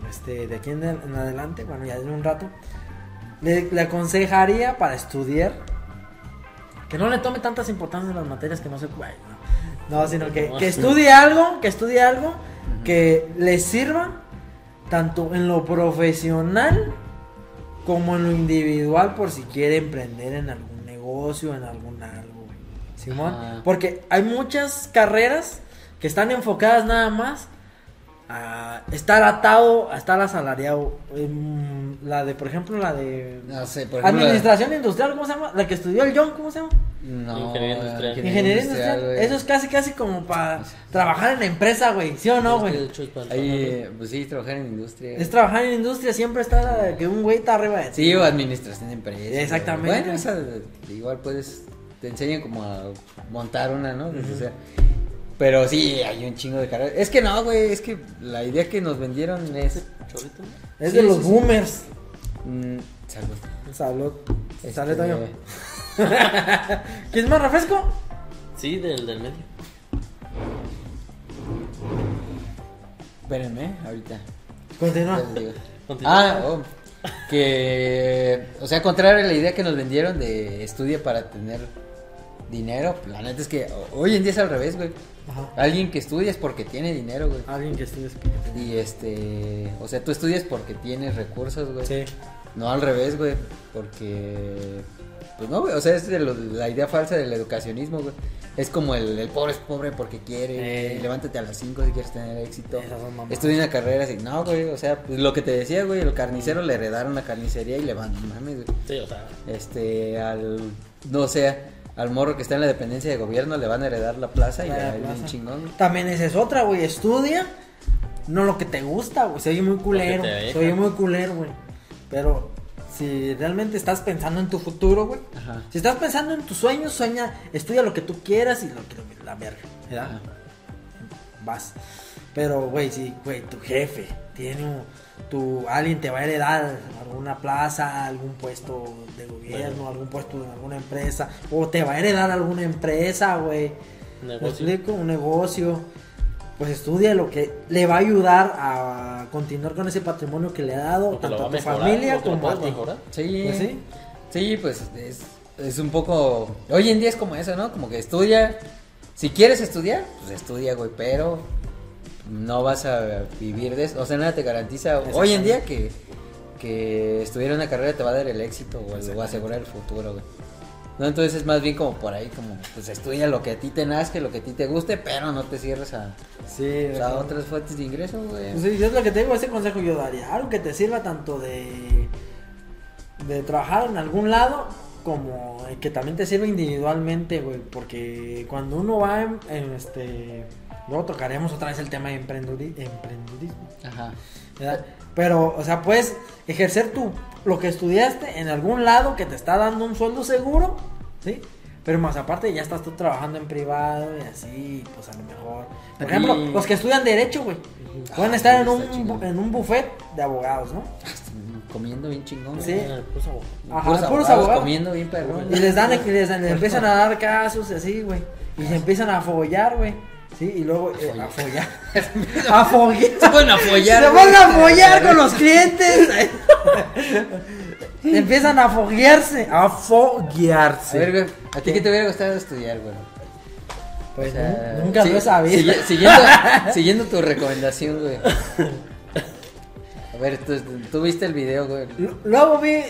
este, de aquí en, el- en adelante, bueno, ya de un rato, le, le aconsejaría para estudiar que no le tome tantas importancias a las materias que no se güey, no. No, sino que, que estudie algo, que estudie algo que le sirva tanto en lo profesional como en lo individual por si quiere emprender en algún negocio, en algún algo, güey. Simón, Ajá. porque hay muchas carreras que están enfocadas nada más a estar atado, a estar asalariado. Em, La de, por ejemplo, la de No sé, Ah, por ejemplo. Administración industrial, ¿cómo se llama? La que estudió el John, ¿cómo se llama? No, Ingeniería industrial. Ingeniería industrial. güey. Eso es casi, casi como para trabajar en la empresa, güey. ¿Sí o no, güey? Ahí, eh, pues sí, trabajar en industria. Es trabajar en industria, siempre está la- que un güey está arriba de ti. Sí, o administración de empresas. Exactamente. güey. Bueno, esa eh, igual puedes. Te enseñan como a montar una, ¿no? O sea, pero sí, hay un chingo de carreras. Es que no, güey, es que la idea que nos vendieron es. Chorito. Es Sí, de sí, los sí. boomers. mm, salud. Salud. Sale Este, Toño. ¿Quieres más refresco? Sí, del, del medio. Espérenme, ahorita. Continúa. Ya les digo. Continúa. Ah, oh, que, o sea, contrario a la idea que nos vendieron de estudia para tener dinero, la neta es que ho- hoy en día es al revés, güey. Ajá. Alguien que estudia es porque tiene dinero, Ah. güey. Alguien que estudies. Y este, o sea, tú estudias porque tienes recursos, güey. Sí. No, al revés, güey. Porque. Pues no, güey. O sea, es de lo- la idea falsa del educacionismo, güey. Es como el, el pobre es pobre porque quiere. Eh. y Levántate a las 5 si quieres tener éxito. Esas son mamadas. Estudia una carrera así. No, güey. O sea, pues, lo que te decía, güey. El carnicero le heredaron la carnicería y le van. no Mames, güey. Sí, o sea. Este, al. No, o sea, al morro que está en la dependencia de gobierno le van a heredar la plaza y Ah, La le va a ir plaza. bien chingón. güey. También esa es otra, güey. Estudia, no lo que te gusta, güey. Se oye muy culero. te dejan. Se oye muy culero, güey. Pero si realmente estás pensando en tu futuro, güey. Ajá. Si estás pensando en tus sueños, sueña, estudia lo que tú quieras y lo que la verga, ¿verdad? Ajá. Vas. Pero, güey, si, güey, tu jefe tiene un- tu alguien te va a heredar alguna plaza, algún puesto de gobierno, algún puesto de alguna empresa, o te va a heredar alguna empresa, güey. ¿Me Negocio. explico? Un negocio. Pues estudia lo que le va a ayudar a continuar con ese patrimonio que le ha dado Porque lo va tanto a a tu mejorar. familia porque lo como a puedes ti. mejorar. Sí. Pues sí. Sí, pues es, es un poco. Hoy en día es como eso, ¿no? Como que estudia. Si quieres estudiar, pues estudia, güey, pero no vas a vivir de eso. O sea, nada te garantiza hoy en día que, que estudiar una carrera te va a dar el éxito o, el- o asegurar el futuro, güey. No, entonces es más bien como por ahí, como pues estudia lo que a ti te nazca, lo que a ti te guste, pero no te cierres a, Sí, pues, a otras fuentes de ingreso, güey. Pues sí, yo es lo que tengo, ese consejo yo daría. Algo que te sirva tanto de, de trabajar en algún lado como que también te sirva individualmente, güey. Porque cuando uno va en, en este... Luego tocaremos otra vez el tema de emprendudi- emprendurismo. Ajá. ¿verdad? Pero, o sea, puedes ejercer tu, lo que estudiaste en algún lado que te está dando un sueldo seguro, ¿sí? Pero más aparte ya estás tú trabajando en privado y así, pues a lo mejor. Por Aquí- ejemplo, los que estudian derecho, güey, pueden Ah, estar en está un, chingón. bu- en un buffet de abogados, ¿no? Comiendo bien chingón. Sí. güey. Ah, pues, abogado. Ajá, puros, puros abogados, abogados. comiendo bien perrón. Y les dan, y les, dan- pues, les empiezan a dar casos y así, güey. Y se empiezan a follar, güey. Sí, y luego eh, a follar. a follar. Se ponen a follar. Se güey. van a follar con los clientes. Empiezan a foguearse. A A ver, foguearse. güey, ¿a ti qué te hubiera gustado estudiar, güey? Pues O sea, nu- nunca si- lo he sabido. sigui- siguiendo, siguiendo tu recomendación, güey. A ver, tú, tú viste el video, güey. L- Luego vi.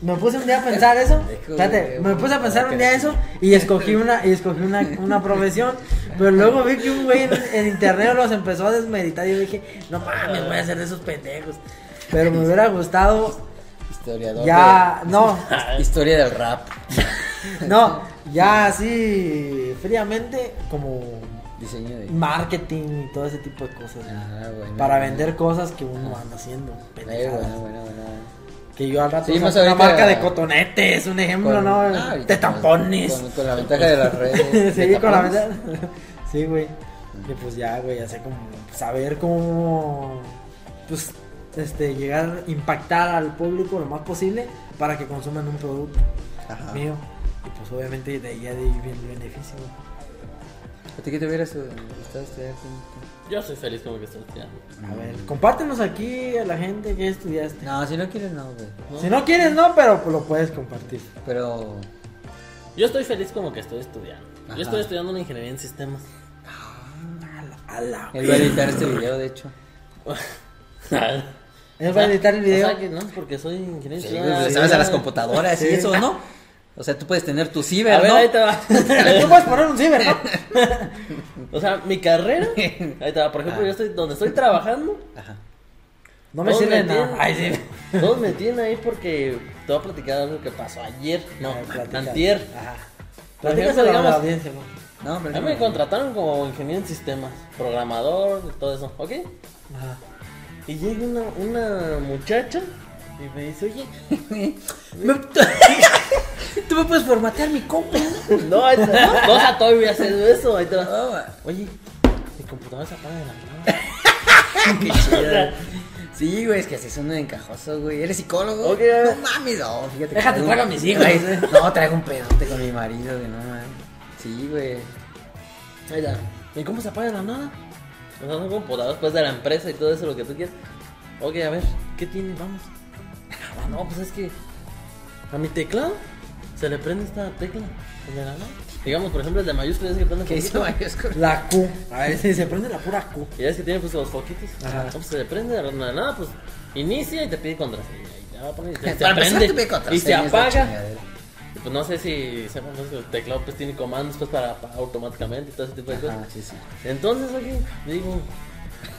Me puse un día a pensar eso. Hijo Espérate, de- me puse a pensar un día eso y escogí una, y escogí una, una profesión. Pero luego vi que un güey en, en internet los empezó a desmeritar y yo dije, no mames, voy a hacer de esos pendejos. Pero me hubiera gustado Historiador. ya, no, de- historia del rap. no, ya así fríamente como Diseño de. marketing y todo ese tipo de cosas. güey. Ah, bueno, para bueno. vender cosas que uno anda haciendo. Eh, pendejadas. bueno, bueno, bueno. Que yo al rato Sí, saco más una ahorita- marca de cotonete, es un ejemplo, Con- ¿no? ah, ahorita de tampones. Con, con la ventaja de las redes. sí, de con la tapones. verdad. sí, güey. Que pues ya, güey, ya sé como saber cómo pues este llegar impactar al público lo más posible para que consuman un producto Ajá. mío. Y pues obviamente de ahí ya de ahí viene el beneficio. güey. ¿A ti qué te hubiera su- gustado estudiar? güey? Yo soy feliz como que estoy estudiando. A ver, Mm. compártenos aquí a la gente que estudiaste. No, si no quieres, no, güey. Si no quieres, no, pero pues lo puedes compartir. Pero. Yo estoy feliz como que estoy estudiando. Ajá. Yo estoy estudiando una ingeniería en sistemas. A Ah, la- Él va a editar este video, de hecho. Él va a editar el video. O sea que no, porque soy ingeniero en Sí, sistemas. güey, le Sí. sabes a las computadoras Sí. y eso, ¿no? O sea, tú puedes tener tu ciber, A ver, ¿no? ahí te va. Tú puedes poner un ciber, ¿no? O sea, mi carrera. Ahí te va. Por ejemplo, yo estoy donde estoy trabajando. Ajá. No me Todos sirve de tienen- nada. Ay, sí. Todos me tienen ahí porque te voy a platicar algo que pasó ayer. No, Ay, platica. antier. Ajá. Por ejemplo, Platícaselo a la digamos- audiencia, ¿no? No, hombre. A mí no. me contrataron como ingeniero en sistemas, programador, y todo eso, ¿ok? Ajá. Y llega una, una muchacha y me dice, oye, Tú me puedes formatear mi compu. no, ahí te va. no, o sea, todavía voy a hacer eso, ahí te va. No, va. Oye, mi computadora se apaga de la nada. Qué chido. Sí, güey, es que así son encajosos, güey. ¿Eres psicólogo? Ok. No mames, no, fíjate. que Déjate, traigo- traigo a mis hijos. eh. Traigo- No, traigo un pedote con mi marido, güey, no mames. Sí, güey. Ahí está. ¿Y cómo se apaga de la nada? O sea, son computadoras pues de la empresa y todo eso, lo que tú quieras. Ok, a ver, ¿qué tiene? Vamos. Ah, no, pues es que a mi teclado se le prende esta tecla. pues, de la nada. Digamos, por ejemplo, el de mayúsculas es que prende ¿Qué el hizo foquito. Mayosco? La Q. A ver, si se prende la pura Q. Y ya es que tiene pues los foquitos. Ajá. No, pues se le prende de la nada, pues inicia y te pide contraseña. Y ya va a poner y Para se, se empezar, tuve prende y se contraseñas de apaga. chingadera. Y Pues no sé si sepan pues, que el teclado pues tiene comandos pues para, para automáticamente y todo ese tipo de Ah, cosas. sí, sí. Entonces, oye, digo,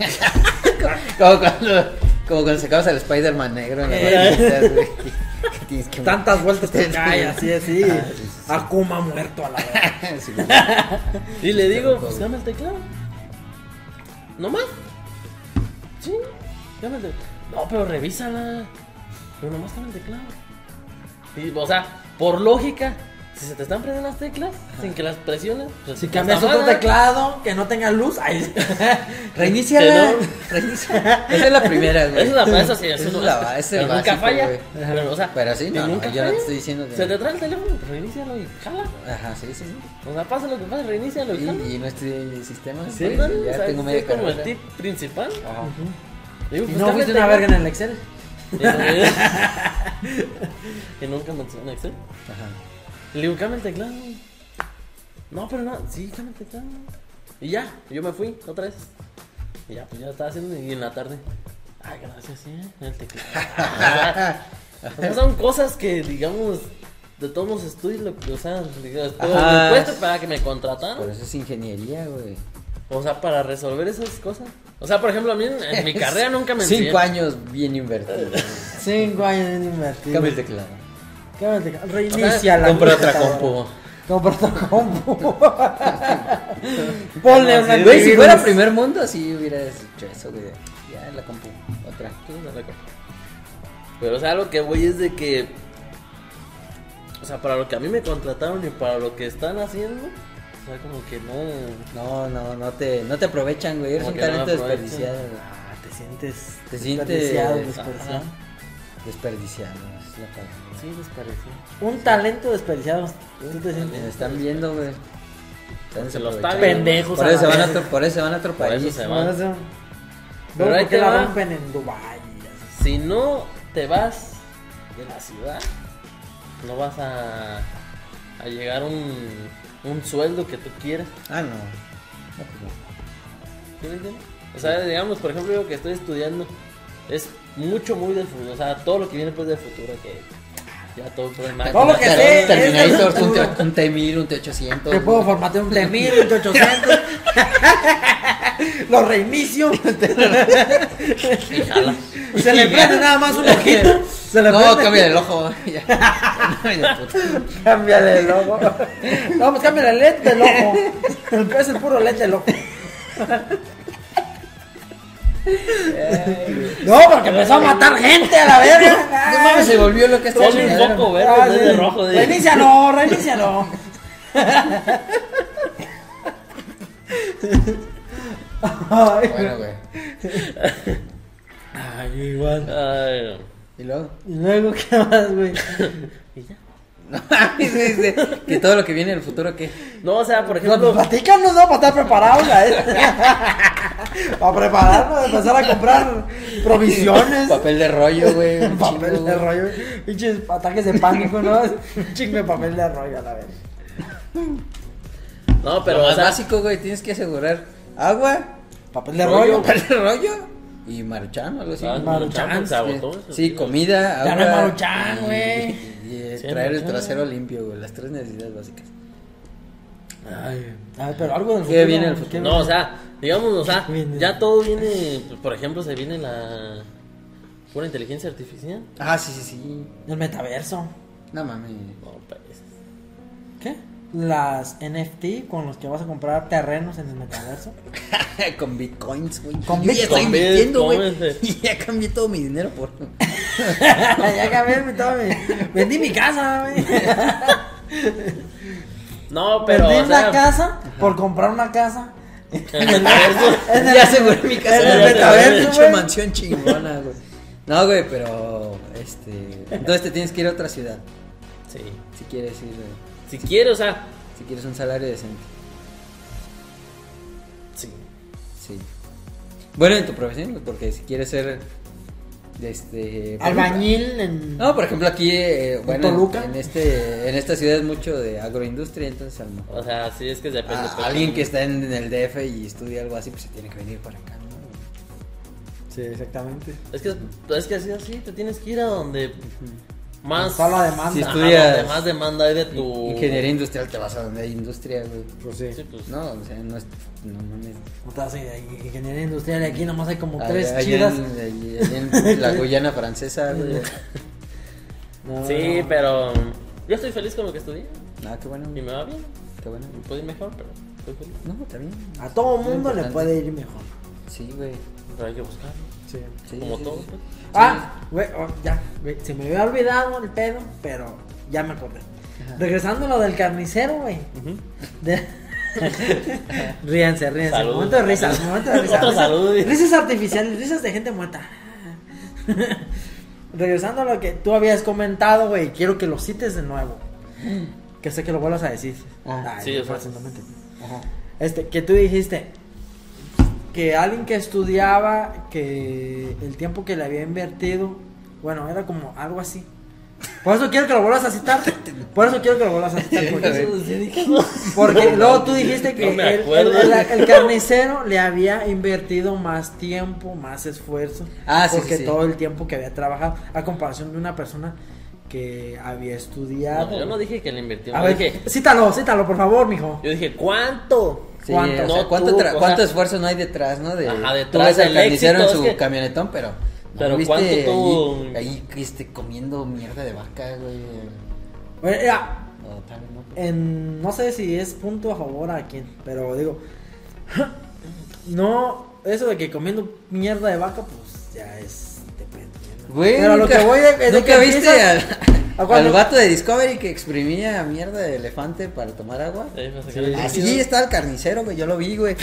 Como cuando, como cuando sacabas al Spider-Man negro en las Eh. revistas, güey. Que tienes que- Tantas vueltas que Sí. cae, así, así. Ah, sí, sí, sí. Akuma muerto a la verdad. Sí, güey. y le digo, Tanto, pues güey. dame el teclado. ¿No más? Sí, dame el teclado. No, pero revísala. Pero nomás dame el teclado. Y, o sea, por lógica, si se te están prendiendo las teclas sin que las presiones, pues, Si está cambias otro mal. teclado que no tenga luz, ahí. Que Reiníciala. no. Reiníciala. Esa es la primera, güey. Esa es la esa sí, Esa eso es no- la es el pero nunca básico, falla. güey. Pero, o sea, Pero sí, y no, no, nunca yo no te falla. estoy diciendo que- Se te trae el teléfono, pues, reinícialo y jala. Ajá, sí, sí, sí. O sea, pasa lo que pasa, reinícialo y jala. Y, y no estudié sistema. Sí, güey, hermano, o ya sea, tengo es media como el carrera. tip principal. Ajá. Digo, Y pues, no cambia fuiste el una verga teclado. en el Excel. Y nunca mencioné Excel. Ajá. Y Le digo, cambia el teclado. No, pero no, sí, cambia el teclado. Y ya, yo me fui otra vez. Y ya, pues ya estaba haciendo y en la tarde. Ay, gracias, sí, el teclado. O sea, o sea, son cosas que, digamos, de todos los estudios, lo que, o sea, digamos, todo Ajá. lo puesto para que me Por contrataran. eso es ingeniería, güey. O sea, para resolver esas cosas. O sea, por ejemplo, a mí en, en mi carrera nunca me Cinco enseñaron. años bien invertido. güey. Cinco años en invertir. Cambia el teclado. Cambia el teclado. O Reinicia sea, la Compra otra computadora. compu. Compra otra compu. Ponle No, una sí, Güey, si fuera antivirus. primer mundo, sí hubieras hecho eso, güey. Ya la compu. Otra. Pero, o sea, lo que voy es de que. O sea, para lo que a mí me contrataron y para lo que están haciendo, o sea, como que no. No, no, no te, no te aprovechan, güey. Eres Como un que no me talento aprovechan. desperdiciado, güey. Ah, te sientes. Te sientes- desperdiciado, Ajá. desperdiciado. Desperdiciado, es la palabra. Sí, les pareció. Un talento desperdiciado. Tú te sientes. Me están viendo, güey. Están Se los desaprovechando. está Pendejos Por a eso, se la van a verga. otro, por eso se van a otro Por eso país. se Por van. eso. Pero No, ahí porque te la va. rompen en Dubai. Si no te vas de la ciudad, no vas a, a llegar a un, un sueldo que tú quieras. Ah, no. No, pues no. ¿Sí me entiendes? O sea, digamos, por ejemplo, yo que estoy estudiando, es mucho, muy del futuro. O sea, todo lo que viene pues del futuro, que ya todo por el Todo lo que Ter- sé es Terminator, del un, futuro. T- un T-1000, un T-800. Te puedo güey. formatear un T1000, un T800. Lo reinicio. Y jala. Se le prende nada más un ojito. Se le No, prende. cambia el ojo. güey, ya. No, ya, puta. Cámbiale el ojo. No, pues cámbiale el LED del ojo. El pez es puro LED del ojo. No, porque empezó a matar gente a la verga. No mames, se volvió lo que está Ponle un foco verde Ah, en vez sí. de rojo. de- Reinícialo, reinícialo. Ay, Bueno, güey. Ay, igual. Ay, no. Y luego. Y luego, ¿qué más, güey? Y ya. No mames, dice que todo lo que viene en el futuro, ¿qué? No, o sea, por No, pues ejemplo, platícanos, ¿no? Para estar preparados, ¿eh? Para prepararnos, empezar a comprar provisiones. Papel de rollo, güey. un papel chingo, de güey. rollo. Pinches ataques de pánico, ¿no? Un chingo de papel de rollo a la vez. no, Pero pero lo o más sea, básico, güey, tienes que asegurar agua, Papel de Rollo. rollo. papel de rollo y maruchan o algo así. ah, Sí, Maruchan, Maruchan, se agotó eso, sí, tío. comida, Ya agua. no hay Maruchan, y- güey. Y, eh, Sí, traer el Maruchan. trasero limpio, güey, las tres necesidades básicas. Ay, a ver, pero algo del ¿Qué futuro. viene el ¿qué futuro? No, o sea, digamos, o sea, Viene. ya todo viene, pues, por ejemplo, se viene la pura inteligencia artificial. Ah, sí, sí, sí. El metaverso. No mames. No, pues. ¿Qué? Las NFT con los que vas a comprar terrenos en el metaverso. Con bitcoins, güey. Con Yo ya estoy bitcoins, invirtiendo, güey. cómese. Y ya cambié todo mi dinero por. ya acabé, mi- todo mi- vendí mi casa, güey. No, pero. Vendí o la sea, casa por comprar una casa. en el metaverso, En el- ya aseguré mi casa. en el güey, metaverso, de hecho, güey. mansión chingona, güey. No, güey, pero. Este. Entonces te tienes que ir a otra ciudad. Sí. Si quieres ir. güey. Si quiere, o sea, Si quieres un salario decente. sí. Sí. Bueno, en tu profesión, güey, porque si quieres ser este por ejemplo- Albañil en. No, por ejemplo, aquí eh, bueno, en- Toluca? en este en esta ciudad es mucho de agroindustria, entonces a lo mejor, O sea, sí es que depende. a- pues, alguien que está en, en el DF y estudia algo así, pues se tiene que venir para acá, ¿no? Sí, exactamente. Es que, es que así, así, te tienes que ir a donde más. Está la demanda. Si Si estudias- donde más demanda hay de tu. Ingeniería industrial te vas a donde hay industria, güey. Pues sí. Sí, pues, No, o sea, no es. No mames. No te vas a ir ahí, ingeniería industrial y aquí nomás hay como Allá- tres allá chidas. en- allá en la Guyana francesa, güey. No, sí, no. pero. Yo estoy feliz con lo que estudié. No, Ah, qué bueno. Y me va bien. Qué bueno. Me puede ir mejor, pero estoy feliz. No, está bien. A todo mundo le importante. puede ir mejor. Sí, güey. Pero hay que buscar. Sí. Sí, como sí, todo. sí. pues. Ah, güey, oh, ya, güey, se me había olvidado el pedo, pero ya me acordé. Regresando a lo del carnicero, güey. De- ríanse, ríanse. Salud. Momento de risas, momento de risas. Otra risas- salud. Risas artificiales, risas de gente muerta. Regresando a lo que tú habías comentado, güey, quiero que lo cites de nuevo. Que sé que lo vuelvas a decir. Ah, Mm. sí, o sea. fácilmente. Ajá. Este, que tú dijiste que alguien que estudiaba, que el tiempo que le había invertido, bueno, era como algo así. Por eso quiero que lo vuelvas a citar. Por eso quiero que lo vuelvas a citar. Porque, porque luego tú dijiste que No me el, acuerdo. el- el- el carnicero le había invertido más tiempo, más esfuerzo. Ah, sí, porque sí, sí. todo el tiempo que había trabajado, a comparación de una persona que había Ah, estudiado. No, yo no dije que le invertí. a yo ver, dije, cítalo, cítalo, por favor, mijo. yo dije, ¿cuánto? Sí, ¿Cuánto? o sea, No tú, ¿cuánto, tra- o sea- cuánto esfuerzo no hay detrás, no? De, Ajá, tú detrás ves al del éxito, carnicero en es su que- camionetón, pero... Pero ¿viste ¿cuánto ahí- tú- Ahí, este, comiendo mierda de vaca, güey. Bueno, mira, O tal, ¿no? en- no sé si es punto a favor a quién, pero digo, no, eso de que comiendo mierda de vaca, pues ya es dependiendo. Güey, pero a lo nunca- que voy es de ¿nunca que viste empiezas- ¿A al, cuándo? al vato de Discovery que exprimía mierda de elefante para tomar agua? Ahí me sacaron el Así líquido. estaba el carnicero, güey, yo lo vi, güey.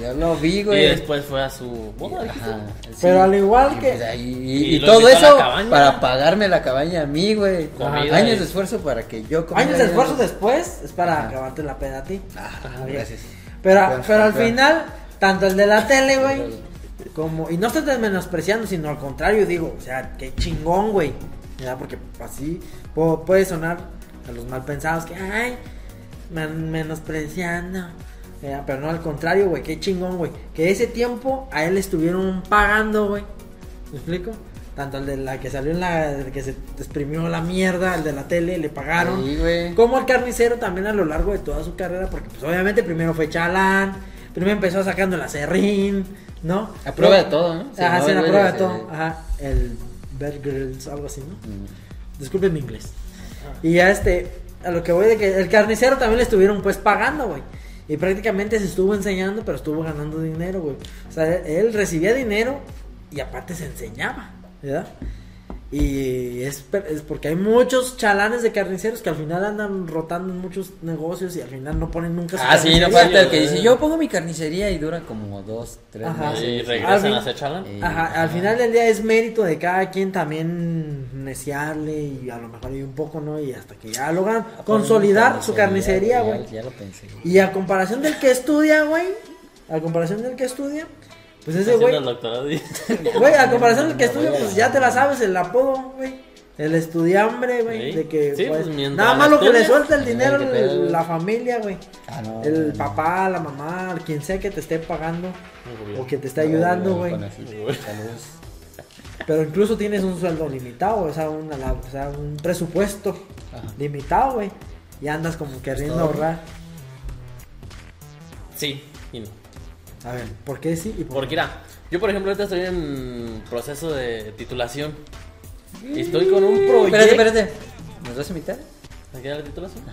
Yo lo vi, Y güey. después fue a su boda. dijiste. Ajá, Ah, sí. Pero al igual Y, que- pues, ahí- y- Y y lo todo invitó a la eso cabaña. para pagarme la cabaña a mí, güey. Comida Años y- de esfuerzo para que yo comiera Años de ahí, esfuerzo güey. después es para Ajá. acabarte la peda a ti. Ah, Ajá, gracias. Pero, Campeón, pero al campeón. final, tanto el de la tele, güey, como, y no estoy desmenospreciando, sino al contrario, digo, o sea, qué chingón, güey, ¿verdad? Porque así po- puede sonar a los mal pensados que, ay, man- menospreciando, ¿verdad? Pero no, al contrario, güey, qué chingón, güey, que ese tiempo a él le estuvieron pagando, güey, ¿me explico? Tanto el de la que salió en la, el que se exprimió la mierda, el de la tele, le pagaron. Sí, güey. Como el carnicero también a lo largo de toda su carrera, porque pues obviamente primero fue chalán, primero empezó sacando la serrín, ¿no? A prueba de todo, ¿no? ajá, no, eh, sí, a güey, prueba se- de todo. Ajá, el Bear Grylls, algo así, ¿no? Mm. Disculpen mi inglés. Y ya este, a lo que voy de que el carnicero también le estuvieron pues pagando, güey. Y prácticamente se estuvo enseñando, pero estuvo ganando dinero, güey. O sea, él recibía dinero y aparte se enseñaba, ¿verdad? Y es, per- es porque hay muchos chalanes de carniceros que al final andan rotando en muchos negocios y al final no ponen nunca su Ah, sí, no carnicería. falta el que güey. dice, yo pongo mi carnicería y dura como dos, tres Ajá. meses. Y Sí, regresan Alvin. a hacer chalán. Eh, Ajá, al final del día es mérito de cada quien también neciarle y a lo mejor y un poco, ¿no? Y hasta que ya logran Ah, consolidar pongo su mi carnicería, güey. Ya, ya lo pensé. güey. Y a comparación del que estudia, güey, a comparación del que estudia, pues ese Haciendo güey, el doctorado y- güey, a comparación del que Me voy estudia, a pues la- ya te la sabes el apodo, güey. El estudiambre, güey, Sí. de que Sí, pues, pues, mientras nada más lo que le estudias, suelta el dinero ay, qué pedo, güey. la familia, güey. Ah, no, el no, no. papá, la mamá, quien sea que te esté pagando o que te esté No, ayudando, güey. con así. Güey. Saludos. Pero incluso tienes un sueldo limitado, o sea, un, ala- o sea, un presupuesto Ajá. limitado, güey. Y andas como queriendo todo. ahorrar. Sí, y no. A ver, ¿por qué sí y por Porque qué mira, yo por ejemplo ahorita estoy en proceso de titulación. Y estoy con un proyecto. Espérate, espérate. ¿Nos vas a invitar? ¿Me queda la titulación?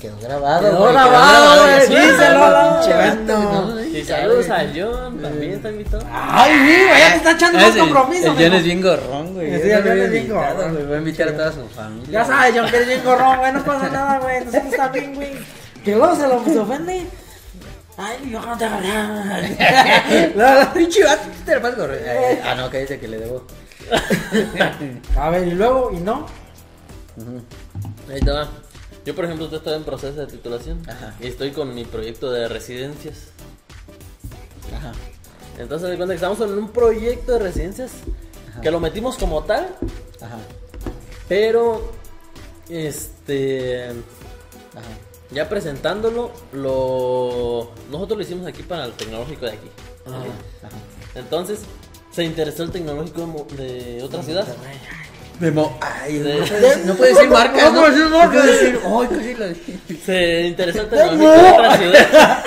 Quedó grabado, Quedó güey, grabado, güey, Sí, díselo, saludos, pinche bueno. vato, ¿no? Y Ay, saludos güey. a John, Eh. también está invitado. Ay, sí, güey, ya te está echando Ah, más sí, compromiso. El John mijo. es bien gorrón, güey. Sí, Yo el lo John había es bien invitado, gorrón. güey, Voy a invitar a toda su Ya familia. sabes, John, que eres bien gorrón, güey, no pasa nada, güey. Nosotros también, güey. Que luego se lo se ofende. Ay, yo no te gané. No, no. Pinche vato, tú te la pasas gorrón. Eh. Ay, Ah, no, cállate que le debo. A ver, y luego, y no. Ujú. Ahí te va. Yo por ejemplo ahorita estoy en proceso de titulación. Ajá. Y estoy con mi proyecto de residencias. Ajá. Entonces de cuenta que estamos en un proyecto de residencias Ajá. que lo metimos como tal, Ajá. pero este Ajá. ya presentándolo lo nosotros lo hicimos aquí para el tecnológico de aquí. Ah, Ajá. Entonces, se interesó el tecnológico de, Mo- de otra ciudad. De Mo- Ay, De- no puedes- no puedes decir No marcas, ¿no? puedes decir marcas. No puedes decir, ay, casi lo dije. Se interesó el tecnológico de Mo- otra ciudad.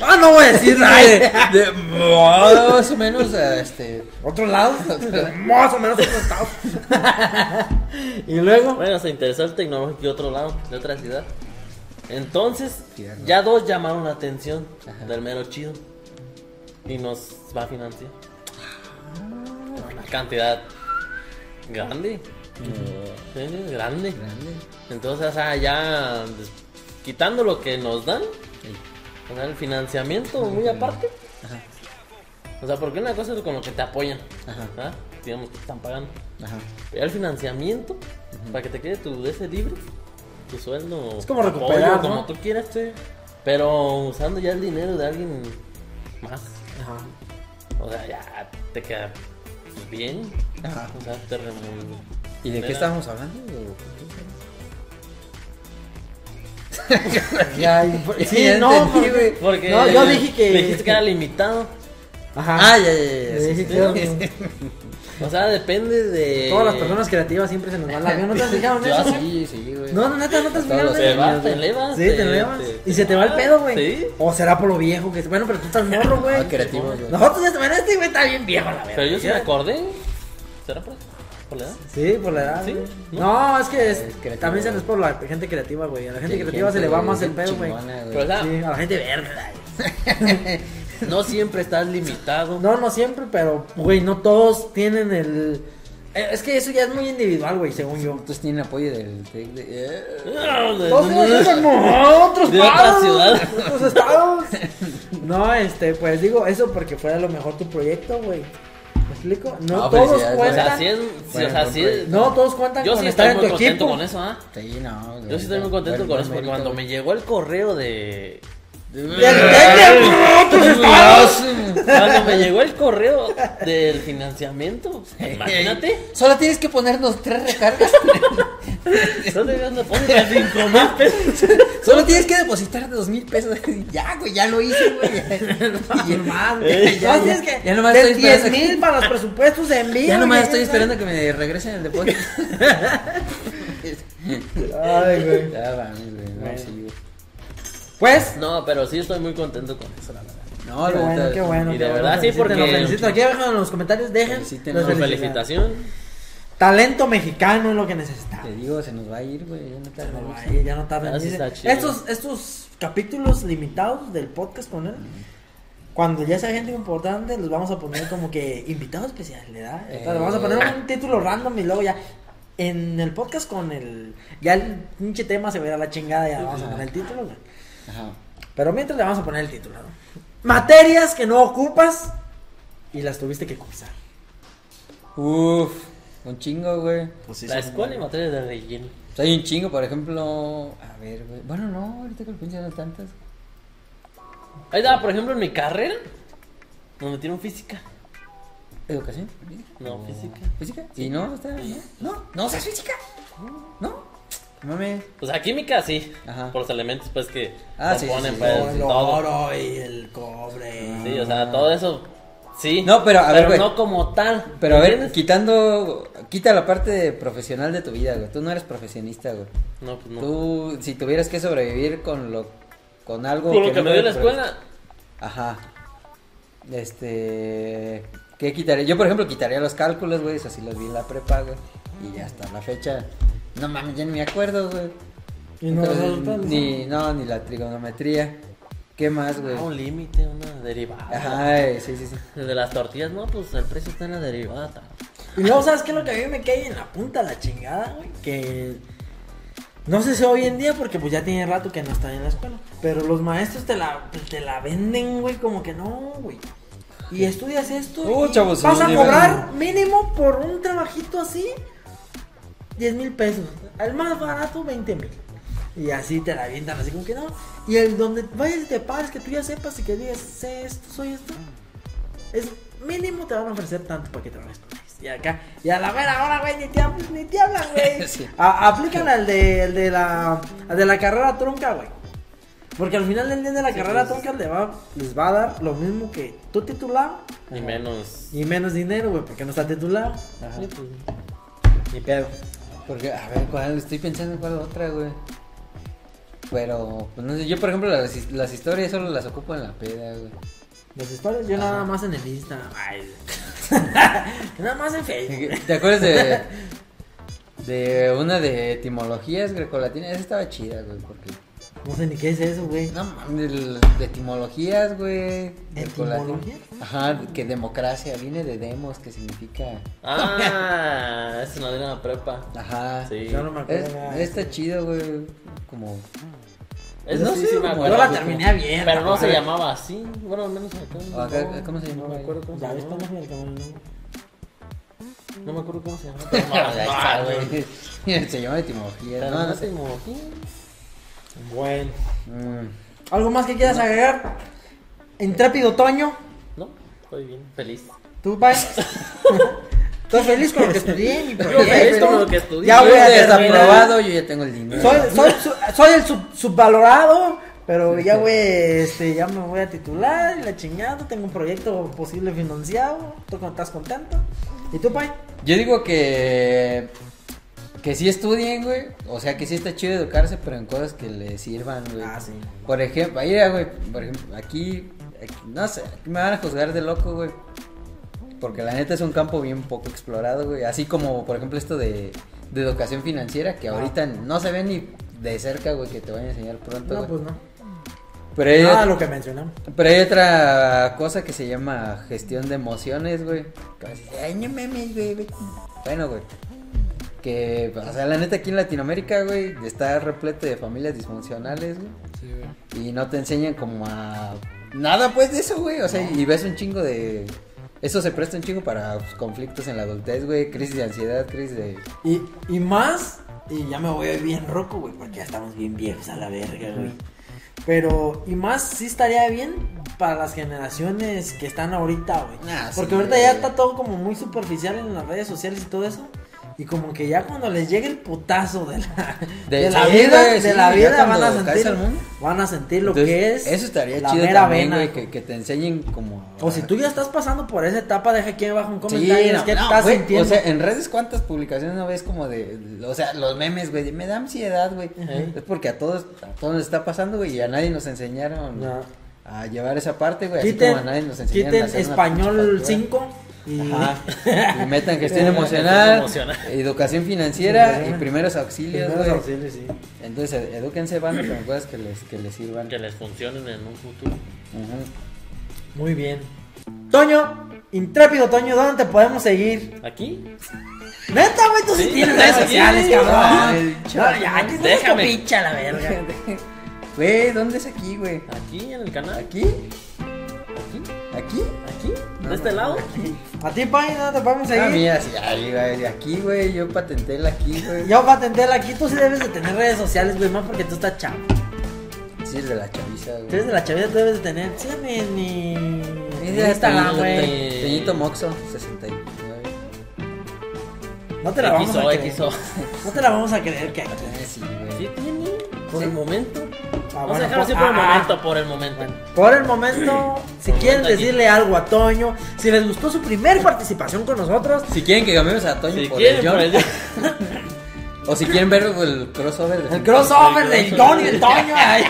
Ah, no voy a decir nada. De, de- más o menos, a este, Otro lado. Más o menos otro estado. y luego. Bueno, se interesó el tecnológico de otro lado, de otra ciudad. Entonces, Tierra. ya dos llamaron la atención Ajá. del mero chido. Y nos va a financiar. Una cantidad grande. Sí, Grande. Mm. grande. Entonces, o sea, ya des- quitando lo que nos dan, o sea, el financiamiento muy aparte. Ajá. O sea, porque una cosa es con lo que te apoyan, Ajá. ¿ah? digamos, te están pagando. Ajá. Ya el financiamiento, para que te quede tu ese libre, tu sueldo. Es como apoyo, recuperar, ¿no? Como tú quieras, sí. Pero usando ya el dinero de alguien más. Ajá. O sea, ya te queda pues, bien. Ajá. O sea, te remun- ¿Y de Mira. qué estábamos hablando? ya, Sí, no, porque- Porque No, yo dije que- me dijiste que era limitado. Ajá. Ah, ya, ya, ya. Le sí, dije sí, que- sí. O sea, depende de. Todas las personas creativas siempre se nos van la vida. ¿No te has fijado en Yo eso? güey? Sí, sí, güey. No, no, neta, no te has Todos fijado los en eso. Te vas, niños, te güey. elevas. Sí, te elevas. Y se te va el pedo, güey. Sí. O será por lo viejo que es. Bueno, pero tú estás morro, güey. Ah, creativo, güey. Nosotros ya bueno, este güey está bien viejo, la verdad. Pero yo sí me acordé. ¿Será por, por la edad? Sí, por la edad. Sí, güey. ¿no? No, es que es- Es creativo, también se nos güey. por la gente creativa, güey. A la gente Inteligente, creativa se le va güey, más el pedo, güey. chingona, Pero, o sea, Sí, a la gente verde. güey. no siempre estás limitado. No, no siempre, pero, güey, no todos tienen el. Eh, Es que eso ya es muy individual, güey, según yo. Pues tienen apoyo del TEC Ah, de- eh. Todos tenemos esos como otros De otra estados, ciudad. otros estados. No, este, pues digo eso porque fue a lo mejor tu proyecto, güey. ¿Me explico? No Ah, todos felicidades, O sea, cuentan. sí es. sí, o sea, sí es- No todos cuentan Yo con sí estar estoy muy en tu contento equipo. con eso, ¿ah? pues, Sí, no. Yo sí estoy muy contento con eso porque cuando me llegó el correo de. ¡Del Tec de otros estados! Cuando me llegó el correo del financiamiento, imagínate, Solo tienes que ponernos tres recargas. solo habían depósito de 5 mil pesos. Solo tienes que depositar dos mil pesos. Ya, güey, ya lo hice, güey. Y el- Entonces ya, tienes ya, que ya nomás del estoy esperando 10 mil para los presupuestos de envío. Ya nomás güey. estoy esperando que me regresen el depósito. Ay, güey. Ya, mames, güey, no, Bueno. sí, güey. Pues, No, pero sí estoy muy contento con eso, la verdad. No, qué la bueno, neta, qué bueno. Y qué de bueno. verdad, sí, Felicítenlo, porque- felicítenlo. Aquí abajo en los comentarios dejen. Felicítenlo. los felicidades. Felicitación. Talento mexicano es lo que necesitamos. Te digo, se nos va a ir, güey. ya no te No, regreso. ay, ya no tardan. Ah, sí Dice, está chido. estos, estos capítulos limitados del podcast con él, cuando ya sea gente importante, los vamos a poner como que invitado especial, ¿verdad? Entonces, Eh. Vamos a poner un título random y luego ya. En el podcast con el. Ya el pinche tema se verá la chingada, ya le vamos a poner el título, güey. Ajá. Pero mientras le vamos a poner el título, ¿no? Materias que no ocupas y las tuviste que cursar. Uf, un chingo, güey. Pues La escuela y materias de relleno. O sea, hay un chingo, por ejemplo. A ver, güey. Bueno, no, ahorita que lo pienso no tantas. Ahí estaba, por ejemplo, en mi carrera, nos metieron física. ¿Educación? No, física. ¿Física? Sí, no, está. No, no, no seas física. No. Mames. Pues sea, química sí, Ajá. por los elementos pues que Ah, sí, sí, componen sí. pues el todo. oro y el cobre. Sí, o sea, todo eso sí. No, pero, a ver, güey. no como tal. Pero a ver, ¿entiendes? quitando. Quita la parte de profesional de tu vida, güey. Tú no eres profesionista, güey. no, pues no. Tú, si tuvieras que sobrevivir con lo. Con algo. Con lo que no me dio la eres pues. profes- escuela, Ajá. Este. ¿Qué quitaría? Yo, por ejemplo, quitaría los cálculos, güey. Eso sí los vi en la prepa, güey. Y ya hasta la fecha. No mames, ya ni me acuerdo, güey. Y no Entonces, resultan, ni, no, ni la trigonometría. ¿Qué más, güey? ah, un límite, una derivada. Ajá, eh, sí, sí, sí. De las tortillas, no, pues el precio está en la derivada. tal. Y luego, ¿sabes qué es lo que a mí me cae en la punta de la chingada, güey? Que no sé si hoy en día, porque pues ya tiene rato que no están en la escuela. Pero los maestros te la, pues, te la venden, güey, como que no, güey. Y estudias esto Uh, y chavos, vas a sí, cobrar mínimo por un trabajito así 10 mil pesos. Al más barato, 20 mil. Y así te la avientan, así como que no. Y el donde vayas y te pares, que tú ya sepas y que digas, sé esto, soy esto. Es mínimo te van a ofrecer tanto para que trabajes con ellos. Y acá, y a la mera hora, güey, ni te hablan, ni te hablan, güey. Sí. A- Aplican al de, al de la, al de la carrera trunca, güey. Porque al final del día de la Sí, carrera, pues. Tonka le va, les va a dar lo mismo que tú titulado Y menos. y menos dinero, güey, porque no está titulado. Ajá. Sí, pues, Ni pedo. Porque, a ver, ¿cuál? Estoy pensando en cuál otra, güey. Pero, pues no sé, yo por ejemplo las, his- las historias solo las ocupo en la peda, güey. Las historias, yo nada más en el Insta. Ay, nada más en Facebook. ¿Te acuerdas de, de una de etimologías grecolatinas? Esa estaba chida, güey, porque... No sé ni qué es eso, güey. No mames, de, de etimologías, güey. grecolatinas. ¿Etimologías? Ajá, que democracia, viene de demos, que significa... Ah, es una de la prepa. Ajá. Sí. Yo no me acuerdo. Es- nada. está chido, güey. Como... Es, No no sé, sé si me como- acuerdo. Yo la terminé bien. Pero no se llamaba así. Bueno, al menos acá. no. Acá- ¿cómo se llamaba No me ahí? acuerdo cómo se Ya ves, llamaba. estamos en el camino. No me acuerdo cómo se llamaba. Ah, Ahí está, güey. Se llama etimología. No, no sé. Bueno. Mm. ¿Algo más que quieras agregar? Intrépido Toño, No, estoy bien, feliz. tú vas. Estoy feliz con lo que estudié, mi proyecto. feliz con lo que estudié. Ya voy Yo a ya está terminar. aprobado, yo ya tengo el dinero. Soy, soy, su- soy el sub- subvalorado, pero ya voy, este, ya me voy a titular y la chingada, tengo un proyecto posible financiado, tú con- estás contento. ¿Y tú, Pai? Yo digo que. Que sí estudien, güey. O sea, que sí está chido educarse, pero en cosas que le sirvan, güey. Ah, sí. Por ejemplo, ahí, güey. Por ejemplo, aquí, aquí- No sé, aquí me van a juzgar de loco, güey. Porque la neta es un campo bien poco explorado, güey. Así como, por ejemplo, esto de, de educación financiera, que Ah. ahorita no se ve ni de cerca, güey, que te van a enseñar pronto, No, güey. pues no. Pero ahí- Nada de Ah, lo que mencionamos. pero hay otra cosa que se llama gestión de emociones, güey. Que vas a decir, Ay, no mames, güey. vete". Bueno, güey. Que, o sea, la neta aquí en Latinoamérica, güey, está repleto de familias disfuncionales, güey. Y no te enseñan como a nada, pues, de eso, güey. O sea, y ves un chingo de... Eso se presta un chingo para pues, conflictos en la adultez, güey. Crisis de ansiedad, crisis de... Y, y más, y ya me voy a ir bien roco, güey, porque ya estamos bien viejos a la verga, güey. Pero, y más, sí estaría bien para las generaciones que están ahorita, güey. Ah, porque sí, ahorita güey. ya está todo como muy superficial en las redes sociales y todo eso. Y como que ya cuando les llegue el putazo de la, de, la sí, vida, güey, de sí, la ya vida van cuando a caes sentir, al mundo. van a sentir lo que Entonces, es Eso estaría la chido mera también, vena. güey, que, que te enseñen como... O si tú ya estás pasando por esa etapa, deja aquí abajo un Sí, comentario, no, qué no, estás güey, sintiendo. O sea, en redes cuántas publicaciones no ves como de, o sea, los memes, güey, de, me da ansiedad, güey. Es porque a todos, a todos nos está pasando, güey, y a nadie nos enseñaron No. a llevar esa parte, güey. Así como a nadie Quiten, nos enseñaron quiten a hacer una pinche español factura. 5 y Ajá. Y metan gestión Gestión emocional, emocional. educación financiera Sí, y güey. primeros auxilios, Primeros güey. auxilios, sí. Entonces, ed- edúquense, van con cosas que les, que les sirvan. Que les funcionen en un futuro. Ujú. Muy bien. Toño, intrépido Toño, ¿dónde te podemos seguir? ¿Aquí? Neta, güey, tú sí Sí, tienes sí, redes sí, sociales, sí, cabrón. ay, No, ya, aquí estamos Déjame. copicha, la verga. Güey, ¿dónde es aquí, güey? ¿Aquí en el canal? ¿Aquí? ¿Aquí? ¿Aquí? ¿Aquí? ¿De este lado? A ti, Pai, ¿dónde te podemos Ah, seguir? mira, sí, ay, güey, aquí, güey, yo patenté el aquí, güey. Yo para atenderla aquí, tú sí debes de tener redes sociales, güey, más porque tú estás chavo. Sí, el de la chaviza, güey. Tú eres de la chavita, tú debes de tener. Sígueme en mi. Es en de Instagram, Toñito- güey. Toñito- Toñito Moxo, 69. No te la vamos a XO, creer. XO. No te la vamos a creer que aquí. Eh, Sí, güey. ¿Sí tiene? Por Sí. el momento. Ah, Vamos bueno, a dejarlo así pues, por el ah, momento, por el momento. Por el momento, si Por el quieren momento aquí. decirle algo a Toño, si les gustó su primer participación con nosotros, Si quieren que cambiemos a Toño Si por quieren, el por John. el- O si quieren ver el crossover de el crossover El del crossover. John y del Toño. ay.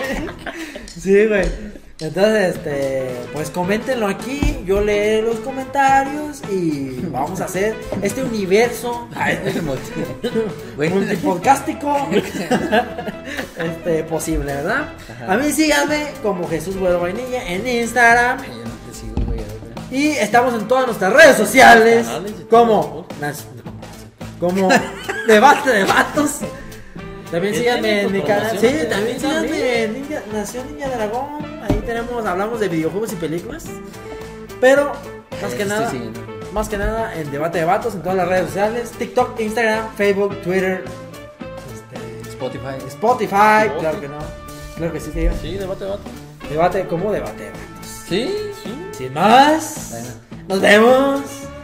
sí, güey. Entonces, este, pues coméntenlo aquí, yo leeré los comentarios y vamos a hacer este universo Ay, el motivo. Güey, multipodcástico este, posible, ¿verdad? Ajá. A mí síganme como Jesús Güero Vainilla en Instagram. Ay, yo no te sigo, güey. ahora. Y estamos en todas nuestras redes sociales. Canales y todo, Como. nas- Como. Debate de vatos. También ¿Qué síganme tiene en tu mi canal. Sí, promoción? también También. síganme en Ninja- Nación Ninja Dragón. Ahí tenemos, hablamos de videojuegos y películas. Pero, más Eh, Este que sí, nada. sí, no. Más que nada en debate de vatos en todas las redes sociales. TikTok, Instagram, Facebook, Twitter. este, Spotify. Spotify. Ojo. Claro que no. Claro que sí, te digo. Sí, debate, debate. Debate, ¿cómo debate de vatos? Sí. Sí. Sin más. Nos vemos.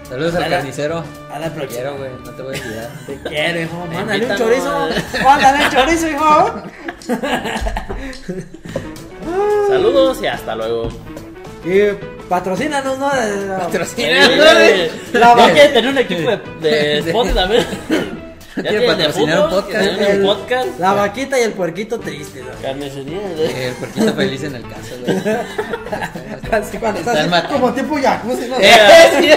Saludos al Dale. carnicero. A la Te quiero, próxima. güey. No te voy a olvidar. Te quiero, Te hijo. Mándale un invitamos. chorizo. Mándale un chorizo, hijo. Saludos y hasta luego. Y patrocínanos, ¿no? Patrocina. No quiere tener un equipo de, de Spotify también. Ya quiere tienen de patrocinar un fútbol, que podcast. tienen un podcast. La vaquita y el puerquito triste, ¿no? Carnicería ¿eh? de- Eh, El porquito feliz en el caso, güey. Así cuando estás Está el así, mate. como tipo jacuzzi, ¿no? Eh, Que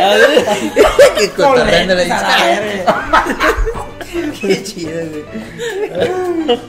Con "Ah". cotorreando le lentes a la verga. Qué chido, güey.